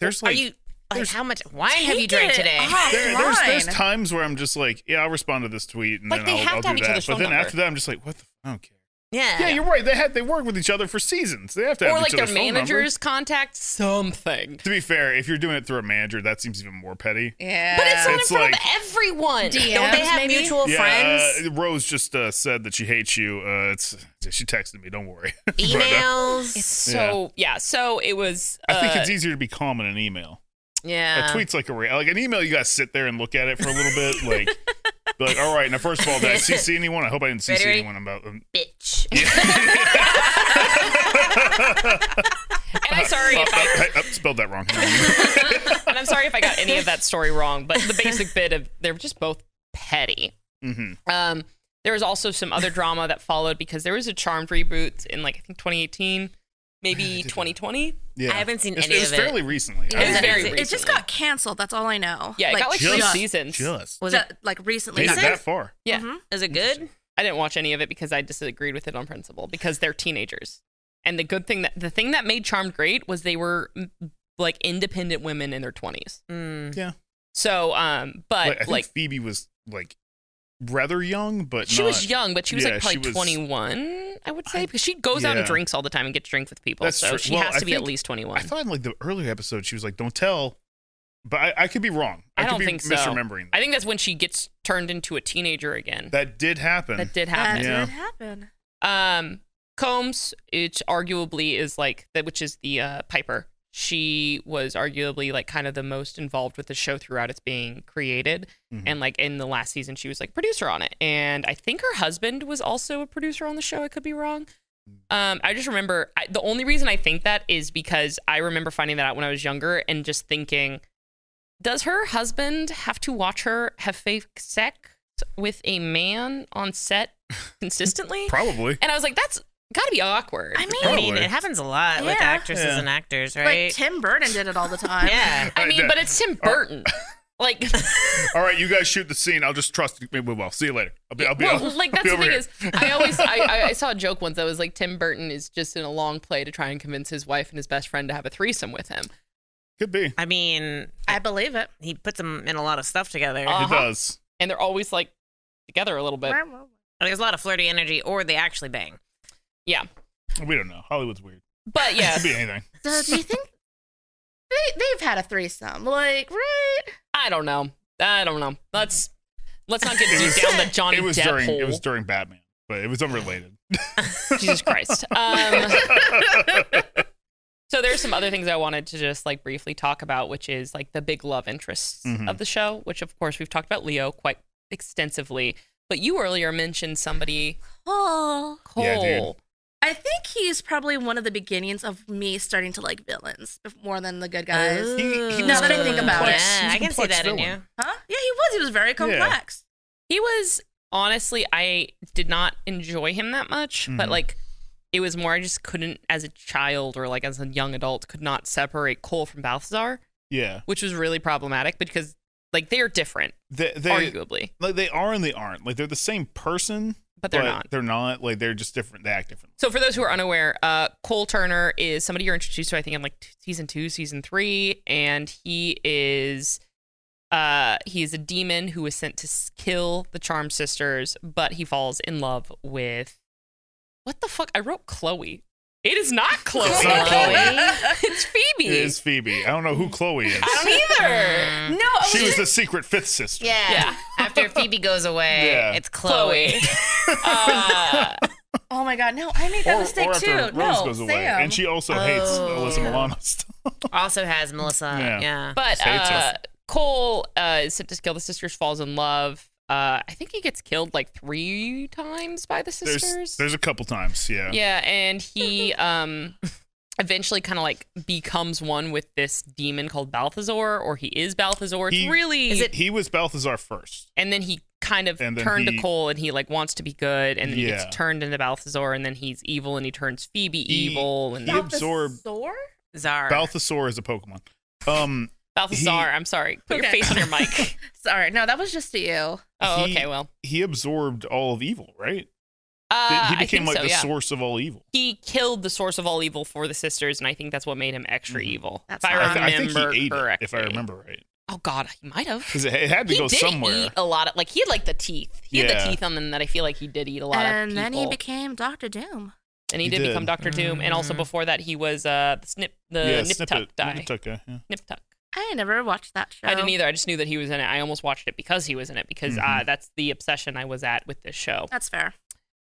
S4: There's like
S5: are you like
S4: there's-
S5: how much wine have you drank
S3: Take it
S5: today?
S4: There- there's, there's
S3: offline.
S4: times where I'm just like, yeah, I'll respond to this tweet and
S2: Like,
S4: then
S2: they
S4: I'll,
S2: have
S4: I'll
S2: to have
S4: do
S2: each
S4: that.
S2: other's
S4: But
S2: phone
S4: then
S2: number.
S4: after that, I'm just like, what the? F- I don't care.
S5: Yeah,
S4: Yeah, you're right. They had they work with each other for seasons. They have to have
S2: or
S4: each
S2: like their
S4: other's phone numbers.
S2: managers contact something.
S4: To be fair, if you're doing it through a manager, that seems even more petty.
S3: Yeah.
S2: But it's on in
S4: It's
S2: front
S4: like-
S2: of everyone.
S3: DMs,
S5: Don't they have
S3: maybe?
S5: mutual friends?
S4: uh, Rose just uh, said that she hates you. Uh, it's she texted me. Don't worry. But, uh,
S5: Emails.
S2: It's so yeah. So it was.
S4: I think
S2: uh,
S4: it's easier to be calm in an email.
S5: yeah.
S4: a tweet's like a re- like an email. You gotta sit there and look at it for a little bit. Like, be like all right. Now, first of all, did I CC anyone? I hope I didn't CC
S5: Ready?
S4: anyone about um, them.
S5: Bitch.
S2: and I'm sorry if I
S4: I, I spelled that wrong.
S2: and I'm sorry if I got any of that story wrong. But the basic bit of they're just both petty.
S4: mm-hmm.
S2: Um, there was also some other drama that followed because there was a Charmed reboot in like I think 2018, maybe 2020.
S4: Yeah,
S5: I haven't seen
S4: It's-
S5: any
S4: it was
S5: of it.
S4: fairly recently.
S2: It was
S5: Yeah.
S2: very.
S3: It just
S2: recently.
S3: got canceled. That's all I know.
S2: Yeah, it got like three
S4: just-
S2: seasons.
S4: Just
S5: Was
S3: ju-
S5: it?
S3: like recently.
S4: made it
S3: got
S4: that far.
S2: Yeah,
S3: Mhm.
S5: Is it good?
S2: I didn't watch any of it because I disagreed with it on principle because they're teenagers. And the good thing that the thing that made Charmed great was they were m- like independent women in their 20s.
S5: Mm.
S4: Yeah,
S2: So, um,
S4: like, I
S2: but
S4: think
S2: like
S4: Phoebe was like rather young, but
S2: she
S4: not-
S2: was young, but she was
S4: yeah,
S2: like
S4: she
S2: probably
S4: was-
S2: 21, I would say, because she goes out and
S4: Yeah.
S2: drinks all the time and gets drinks with people.
S4: That's
S2: so
S4: true.
S2: she
S4: Well,
S2: has
S4: I
S2: to be at
S4: think-
S2: least 21.
S4: I thought in like the earlier episode she was like, "Don't tell," but I, I could be wrong. I,
S2: I
S4: could
S2: don't
S4: be
S2: think so.
S4: misremembering.
S2: I think that's when she gets turned into a teenager again.
S4: that did happen.
S2: That did
S3: That
S2: happen.
S4: Yeah.
S3: did happen.
S2: Um, Combs, it arguably is like that, which is the uh, Piper. She was arguably like kind of the most involved with the show throughout its being created,
S4: Mhm.
S2: and like in the last season, she was like producer on it, and I think her husband was also a producer on the show. I could be wrong. Um, I just remember I, the only reason I think that is because I remember finding that out when I was younger and just thinking, does her husband have to watch her have fake sex with a man on set consistently?
S4: Probably.
S2: And I was like, that's gotta be awkward.
S5: I mean,
S4: Probably.
S5: it happens a lot with
S3: Yeah.
S5: actresses
S4: Yeah.
S5: and actors,
S3: Like
S5: right?
S3: Tim Burton did it all the time.
S5: yeah.
S2: I
S4: I
S2: mean,
S4: bet.
S2: but it's Tim Burton. like,
S4: All right, you guys shoot the scene. I'll just trust. you. Well, I'll see you later. I'll be. I'll be.
S2: well,
S4: I'll
S2: like
S4: be
S2: that's the
S4: over
S2: thing
S4: here.
S2: is, I always I, I, I saw a joke once that was like Tim Burton is just in a long play to try and convince his wife and his best friend to have a threesome with him.
S4: could be.
S5: I mean,
S3: I believe it.
S5: he puts them in a lot of stuff together.
S2: Uh-huh.
S4: It does.
S2: And they're always like together a little bit.
S5: There's a lot of flirty energy, or they actually bang.
S2: Yeah.
S4: We don't know. Hollywood's weird.
S2: But yeah,
S4: Could be anything.
S3: So do you think they they've had a threesome? Like, right?
S2: I don't know. I don't know. Let's let's not get too down the Johnny
S4: it was
S2: Depp
S4: during.
S2: hole.
S4: It was during Batman, but it was unrelated.
S2: Jesus Christ. Um, so there's some other things I wanted to just like briefly talk about, which is like the big love interests
S4: Mhm.
S2: of the show, which of course we've talked about Leo quite extensively. But you earlier mentioned somebody
S3: Oh.
S2: Cole.
S4: Yeah, dude.
S3: I think he's probably one of the beginnings of me starting to like villains bef- more than the good guys.
S2: Oh.
S4: he
S3: Now that I think about it.
S4: He's
S5: yeah,
S4: a
S5: I can see
S4: complex
S5: that in
S4: villain.
S5: you.
S3: Huh? Yeah, he was. He was very complex.
S2: He was honestly, I did not enjoy him that much, but
S4: Mhm.
S2: like it was more I just couldn't as a child or like as a young adult could not separate Cole from Balthazar,
S4: Yeah,
S2: which was really problematic because like they are different,
S4: they, they
S2: arguably,
S4: like they are and they aren't. Like they're the same person,
S2: but they're not.
S4: They're not. Like they're just different. They act differently.
S2: So for those who are unaware, uh, Cole Turner is somebody you're introduced to, I think, in like t- season two, season three, and he is, uh, he is a demon who was sent to s- kill the Charm Sisters, but he falls in love with, what the fuck? I wrote Chloe. It is not Chloe.
S4: It's not
S5: Chloe.
S2: it's Phoebe.
S4: It is Phoebe. I don't know who Chloe is.
S2: I
S3: Mm.
S2: don't either. No,
S4: She was the secret fifth sister.
S5: Yeah.
S2: Oh, Yeah.
S5: After Phoebe goes away,
S4: Yeah.
S5: it's Chloe.
S2: Chloe. uh,
S3: Oh my god, no, I made that mistake
S4: after
S3: too.
S4: Rose
S3: no,
S4: goes
S3: Sam.
S4: away, and she also hates
S5: Oh.
S4: Alyssa Milano. still.
S5: Also has Melissa.
S4: Yeah.
S5: Yeah.
S2: But
S4: Say it's
S2: uh,
S4: awesome.
S2: Cole uh, is sent to kill the sisters, falls in love. Uh, I think he gets killed like three times by the sisters.
S4: there's there's a couple times. Yeah.
S2: yeah, and he um, eventually kind of like becomes one with this demon called Balthazar, or he is Balthazar. It's
S4: He-
S2: really,
S5: Is it-
S4: He was Balthazar first.
S2: and then he kind of
S4: And then
S2: turned
S4: he-
S2: to Cole, and he like wants to be good, and then he
S4: Yeah.
S2: gets turned into Balthazar, and then he's evil, and he turns Phoebe
S4: He-
S2: evil, and
S4: he
S2: then
S4: absorbed-
S3: Balthazar?
S5: Zara.
S4: Balthazar is a Pokemon. Um,
S2: Balthazar. I'm sorry, put your
S3: Okay.
S2: face on your mic.
S3: Sorry, no, that was just to you.
S2: Oh,
S4: He-
S2: okay, well,
S4: he absorbed all of evil, right?
S2: uh,
S4: he
S2: I
S4: became
S2: think
S4: like
S2: so,
S4: the
S2: yeah.
S4: source of all evil.
S2: he killed the source of all evil for the sisters, and I think that's what made him extra
S4: Mhm.
S2: evil.
S3: That's
S2: if I
S3: fine.
S4: I,
S2: remember
S4: th- I think he ate it,
S2: correctly.
S4: if I remember right,
S2: Oh God, he might have.
S4: because it, it had to
S2: He
S4: go
S2: did
S4: somewhere.
S2: eat a lot of like he had like the teeth. He had
S4: Yeah.
S2: the teeth on them that I feel like he did eat a lot
S3: and
S2: of people.
S3: then he became Mm-hmm. Doctor Doom.
S2: and he,
S4: He
S2: did,
S4: did.
S2: become Doctor Doom. And also
S5: Mm.
S2: before that, he was uh the snip the
S4: yeah,
S2: nip tuck
S4: snippet.
S2: guy.
S4: Nip tuck guy. Yeah.
S2: Nip tuck.
S3: I never watched that show.
S2: I didn't either. I just knew that he was in it. I almost watched it because he was in it because uh,
S4: Mhm.
S2: that's the obsession I was at with this show.
S3: That's fair.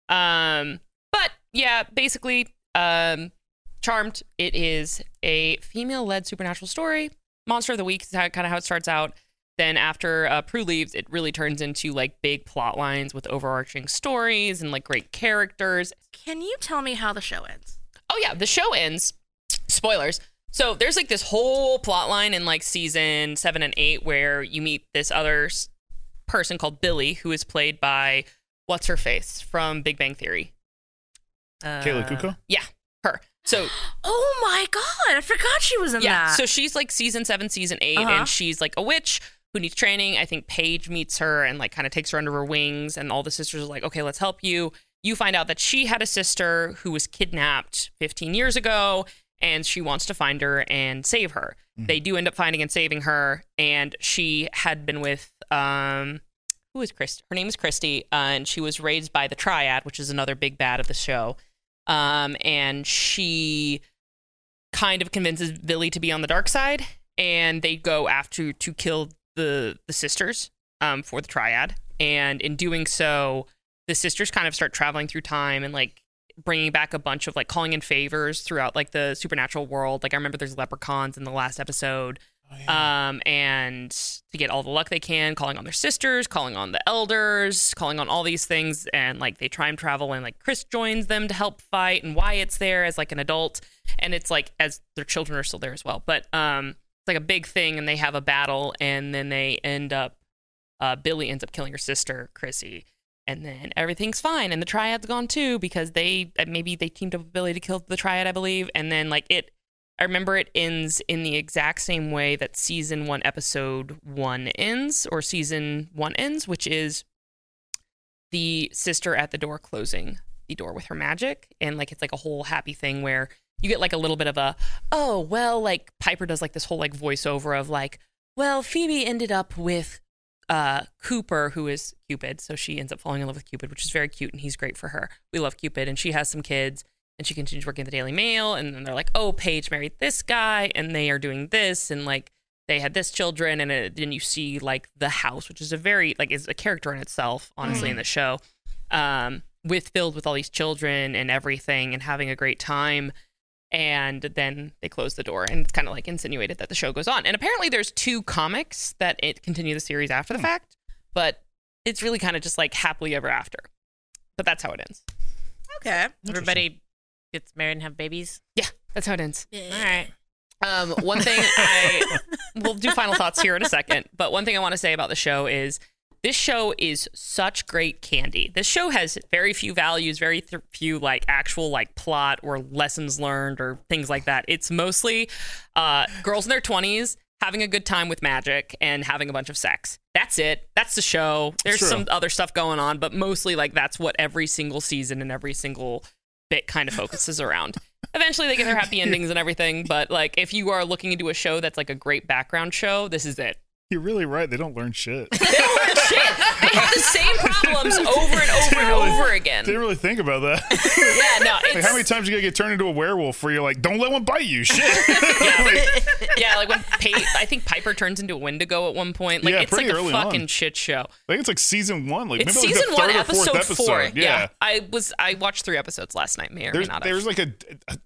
S2: Um, but yeah, basically, um, Charmed. It is a female-led supernatural story. Monster of the week is how, kind of how it starts out. Then after uh, Prue leaves, it really turns into like big plot lines with overarching stories and like great characters.
S3: Can you tell me how the show ends?
S2: Oh yeah, the show ends. Spoilers. So there's like this whole plot line in like season seven and eight where you meet this other s- person called Billy, who is played by what's her face from Big Bang Theory.
S5: Uh,
S4: Kayla Kuko.
S2: Yeah, her. So
S3: Oh my god, I forgot she was in
S2: yeah,
S3: that.
S2: so she's like season seven, season 8
S3: Uh-huh.
S2: and she's like a witch who needs training. I think Paige meets her and like kind of takes her under her wings, and all the sisters are like, okay, let's help you. You find out that she had a sister who was kidnapped 15 years ago, and she wants to find her and save her. They do end up finding and saving her, and she had been with um. Who is Christy? Her name is Christy, uh, and she was raised by the Triad, which is another big bad of the show. Um, and she kind of convinces Billy to be on the dark side, and they go after to kill the the sisters um, for the triad. And in doing so, the sisters kind of start traveling through time, and like bringing back a bunch of like calling in favors throughout like the supernatural world. Like I remember there's leprechauns in the last episode. Um, and to get all the luck they can, calling on their sisters, calling on the elders, calling on all these things, and like they time travel and like Chris joins them to help fight, and Wyatt's there as like an adult, and it's like as their children are still there as well. But um, it's like a big thing, and they have a battle, and then they end up, uh, Billy ends up killing her sister Chrissy, and then everything's fine, and the triad's gone too because they uh, maybe they teamed up with Billy to kill the triad, I believe, and then like it I remember it ends in the exact same way that season one, episode one ends, or season one ends, which is the sister at the door closing the door with her magic. And like, it's like a whole happy thing where you get like a little bit of a, oh, well, like Piper does like this whole like voiceover of like, well, Phoebe ended up with uh, Cooper, who is Cupid. So she ends up falling in love with Cupid, which is very cute and he's great for her. We love Cupid. And she has some kids and she continues working at the Daily Mail. And then they're like, oh, Paige married this guy and they are doing this. And like they had this children. And it- then you see like the house, which is a very, like, is a character in itself, honestly, in the show, um, with filled with all these children and everything and having a great time. And then they close the door, and it's kind of like insinuated that the show goes on. And apparently, there's two comics that it continue the series after the fact, but it's really kind of just like happily ever after. But that's how it ends.
S3: Okay.
S5: Everybody gets married and have babies.
S2: Yeah, that's how it ends.
S5: All right.
S2: Um, one thing I we'll do final thoughts here in a second, but one thing I want to say about the show is this show is such great candy. This show has very few values, very th- few like actual like plot or lessons learned or things like that. It's mostly uh, girls in their twenties having a good time with magic and having a bunch of sex. That's it. That's the show. There's
S4: True.
S2: some other stuff going on, but mostly like that's what every single season and every single bit kind of focuses around. Eventually, they get their happy endings and everything, but like if you are looking into a show that's like a great background show, this is it.
S4: You're really right. They don't learn shit.
S2: They don't learn shit. They have the same problems over and over and over again.
S4: Didn't really think about that.
S2: Yeah, no,
S4: Like,
S2: it's
S4: how many times you gonna get turned into a werewolf where you're like, don't let one bite you? Shit. Like,
S2: yeah, like when pa- I think Piper turns into a Wendigo at one point. Like
S4: Yeah,
S2: it's like
S4: pretty
S2: a
S4: early on.
S2: fucking shit show.
S4: I think it's like season one. Like
S2: It's
S4: maybe like
S2: season
S4: the
S2: one,
S4: third or fourth
S2: episode,
S4: episode.
S2: four.
S4: Yeah.
S2: I was I watched three episodes last night. May or may
S4: There's,
S2: not. have.
S4: there's like a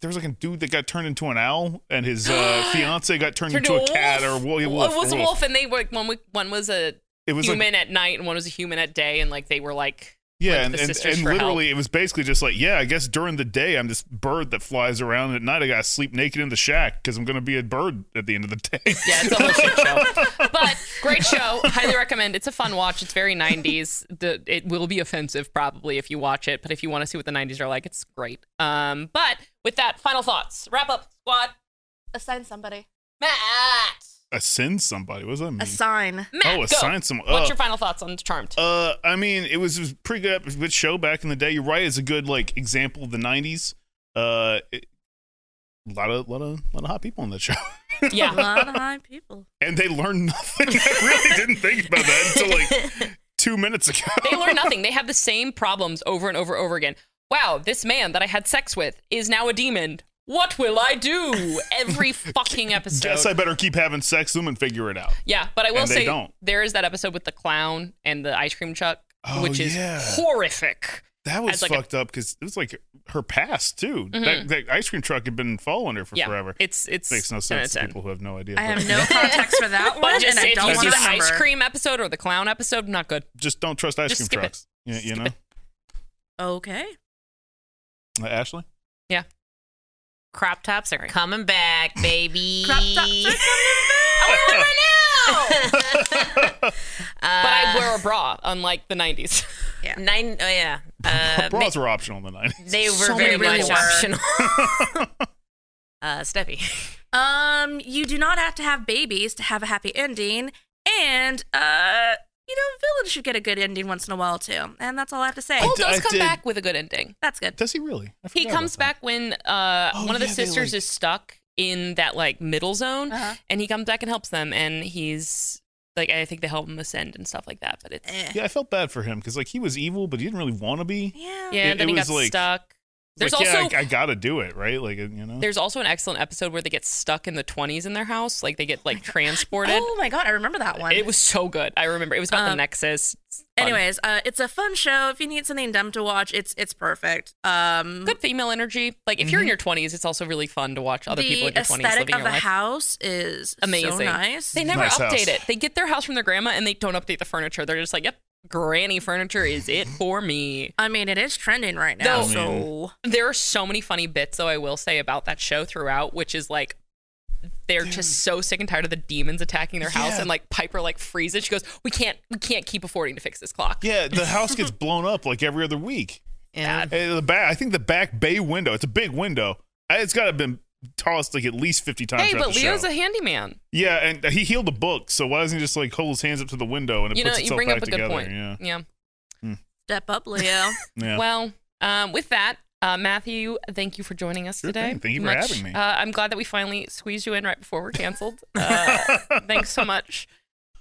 S4: there's like a dude that got turned into an owl, and his uh, fiance got turned,
S2: Turned
S4: into a,
S2: into
S4: cat or a wo-
S2: Well,
S4: wolf.
S2: It was a wolf, and they were like, one. wa- One was a
S4: It was like-
S2: human at night, and one was a human at day, and like they were like
S4: yeah,
S2: with
S4: and,
S2: the
S4: and,
S2: sisters
S4: and
S2: for
S4: literally, it was basically just like, yeah, I guess during the day I'm this bird that flies around, and at night I gotta sleep naked in the shack because I'm gonna be a bird at the end of the day.
S2: Yeah, it's a whole shit show. But great show. Highly recommend. It's a fun watch. It's very 90s. The, it will be offensive probably if you watch it, but if you want to see what the 90s are like, it's great. Um, but with that, final thoughts. Wrap up, squad.
S3: Assign somebody.
S2: Matt.
S4: Ascend somebody. What does that mean?
S3: Assign.
S2: Matt,
S4: Oh,
S2: go.
S4: assign someone.
S2: What's
S4: Uh,
S2: your final thoughts on Charmed?
S4: Uh, I mean, it was, it was a pretty good, ep- good show back in the day. You're right; it's a good like example of the '90s. Uh, it, a lot of lot of lot of hot people on that show,
S3: A
S2: yeah.
S3: lot of high people.
S4: and they learned nothing. I really didn't think about that until like two minutes ago.
S2: They learn nothing. They have the same problems over and over and over again. Wow, this man that I had sex with is now a demon. What will I do? Every fucking episode.
S4: Guess I better keep having sex with them and figure it out.
S2: Yeah, but I will
S4: And they
S2: say
S4: don't.
S2: there is that episode with the clown and the ice cream chuck,
S4: Oh,
S2: which is
S4: yeah.
S2: horrific.
S4: That was
S2: As, like, a- Mm-hmm.
S4: fucked up 'cause up because it was like her past too. That, that ice cream truck had been following her for
S2: yeah,
S4: forever. It
S2: it's it's
S4: makes no
S2: and
S4: sense
S2: it's
S4: to
S2: in.
S4: people who have no idea.
S3: I
S4: but-
S3: have no context for that one,
S2: But just
S3: and I
S2: if
S3: don't
S2: you see
S3: want
S2: the
S3: to
S2: ice cream episode or the clown episode, not good.
S4: Just don't trust ice
S2: Just
S4: cream
S2: skip it.
S4: trucks. Yeah, you know,
S3: Okay.
S4: Uh, Ashley.
S5: Crop tops are coming back, baby.
S3: Crop tops are
S4: Uh,
S2: But I wear a bra, unlike the '90s.
S5: Nine. Oh yeah. Uh,
S4: Bras were optional in the '90s.
S5: they were
S2: So
S5: very
S2: many rules.
S5: much optional. uh, Steffi.
S3: Um, you do not have to have babies to have a happy ending, and uh, you know, villains should get a good ending once in a while too. And that's all I have to say.
S2: Cole
S4: d-
S2: does
S4: I
S2: come
S4: did-
S2: back with a good ending.
S3: That's good.
S4: Does he really? I
S2: He
S4: forgot about
S2: comes
S4: that.
S2: back when uh,
S4: Oh,
S2: one of the
S4: yeah, they,
S2: sisters
S4: like-
S2: is stuck in that like middle zone,
S3: Uh-huh.
S2: and he comes back and helps them, and he's like, I think they help him ascend and stuff like that. But it's
S3: Eh.
S4: Yeah, I felt bad for him because like he was evil, but he didn't really want to be.
S3: Yeah.
S2: yeah,
S4: It-
S2: and then
S4: it
S2: he
S4: was
S2: got
S4: like-
S2: stuck. There's
S4: like,
S2: also
S4: yeah, I, I gotta do it, right? Like you know,
S2: there's also an excellent episode where they get stuck in the 20s in their house, like they get like transported.
S3: Oh my god, I remember that one.
S2: It was so good. I remember it was about the
S3: Um,
S2: Nexus. It's fun.
S3: Anyways, uh, it's a fun show. If you need something dumb to watch, it's it's perfect. Um,
S2: good female energy. Like if you're in your 20s, it's also really fun to watch other
S3: Mm-hmm. the
S2: people in your 20s
S3: aesthetic
S2: living
S3: of
S2: your
S3: the
S2: life.
S3: house is
S2: Amazing.
S3: so nice.
S2: They never
S4: Nice
S2: update
S4: house.
S2: it. They get their house from their grandma and they don't update the furniture. They're just like, yep, granny furniture is it for me.
S3: I mean, it is trending right now,
S2: Though-
S3: so
S2: There are so many funny bits, though, I will say about that show throughout, which is like, they're just so sick and tired of the demons attacking their house,
S4: Yeah.
S2: and like Piper like freezes. She goes, "We can't, we can't keep affording to fix this clock."
S4: yeah, the house gets blown up like every other week.
S2: Yeah.
S4: Uh, the back, I think the back bay window. It's a big window. Uh, It's got to have been tossed like at least fifty times.
S2: Hey,
S4: throughout
S2: but
S4: the
S2: Leo's
S4: show.
S2: a handyman.
S4: yeah, and he healed a book. So why doesn't he just like hold his hands up to the window and it
S2: You know,
S4: puts
S2: you
S4: itself
S2: bring
S4: back
S2: up a
S4: together?
S2: good point.
S4: Yeah,
S2: yeah.
S3: step up, Leo.
S4: yeah.
S2: Well, um, with that, uh, Matthew, thank you for joining us
S4: Sure
S2: today.
S4: thing. Thank you for having me.
S2: Uh, I'm glad that we finally squeezed you in right before we're canceled. Uh, thanks so much.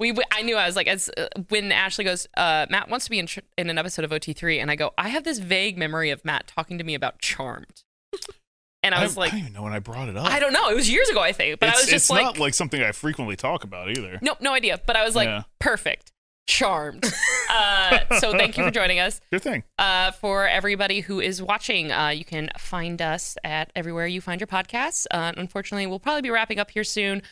S2: We, w- I knew I was like, as uh, when Ashley goes, uh, Matt wants to be in, tr- in an episode of OT3, and I go, I have this vague memory of Matt talking to me about Charmed, and I was
S4: don't-
S2: like,
S4: I don't even know when I brought it up.
S2: I don't know, it was years ago, I think, but
S4: it's,
S2: I was just
S4: it's not like something I frequently talk about either.
S2: nope, no idea, but I was like,
S4: Yeah.
S2: perfect, Charmed. uh, so thank you for joining us.
S4: Good thing.
S2: uh, for everybody who is watching. Uh, you can find us at everywhere you find your podcasts. Uh, unfortunately, we'll probably be wrapping up here soon,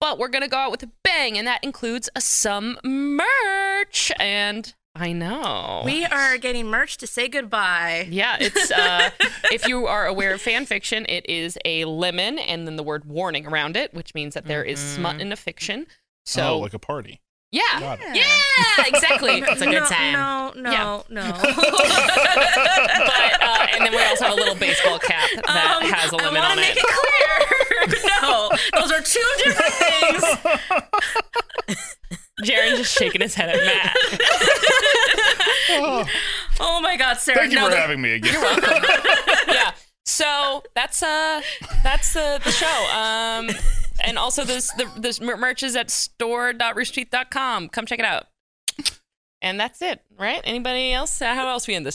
S2: but we're going to go out with a bang, and that includes uh, some merch. And I know.
S3: we are getting merch to say goodbye.
S2: yeah, it's uh, if you are aware of fan fiction, it is a lemon and then the word warning around it, which means that there is
S3: Mm-hmm.
S2: smut in a fiction. So
S4: oh, like a party.
S2: yeah,
S4: Got it.
S2: yeah, exactly.
S5: It's a good
S3: no,
S5: time.
S3: No, no,
S2: Yeah.
S3: no.
S2: but uh, and then we also have a little baseball cap that
S3: Um,
S2: has a
S3: I
S2: lemon
S3: wanna
S2: on
S3: make
S2: it.
S3: it clear. no, those are two different things.
S2: Jaron just shaking his head at Matt.
S4: Oh,
S3: Oh my God, Sarah.
S4: thank you
S3: no,
S4: for
S3: the-
S4: having me again.
S2: yeah. So that's uh that's uh, the show. Um and also this the this mer- merch is at store.roosterteeth.com. Come check it out. And that's it, right? Anybody else? How else we end this?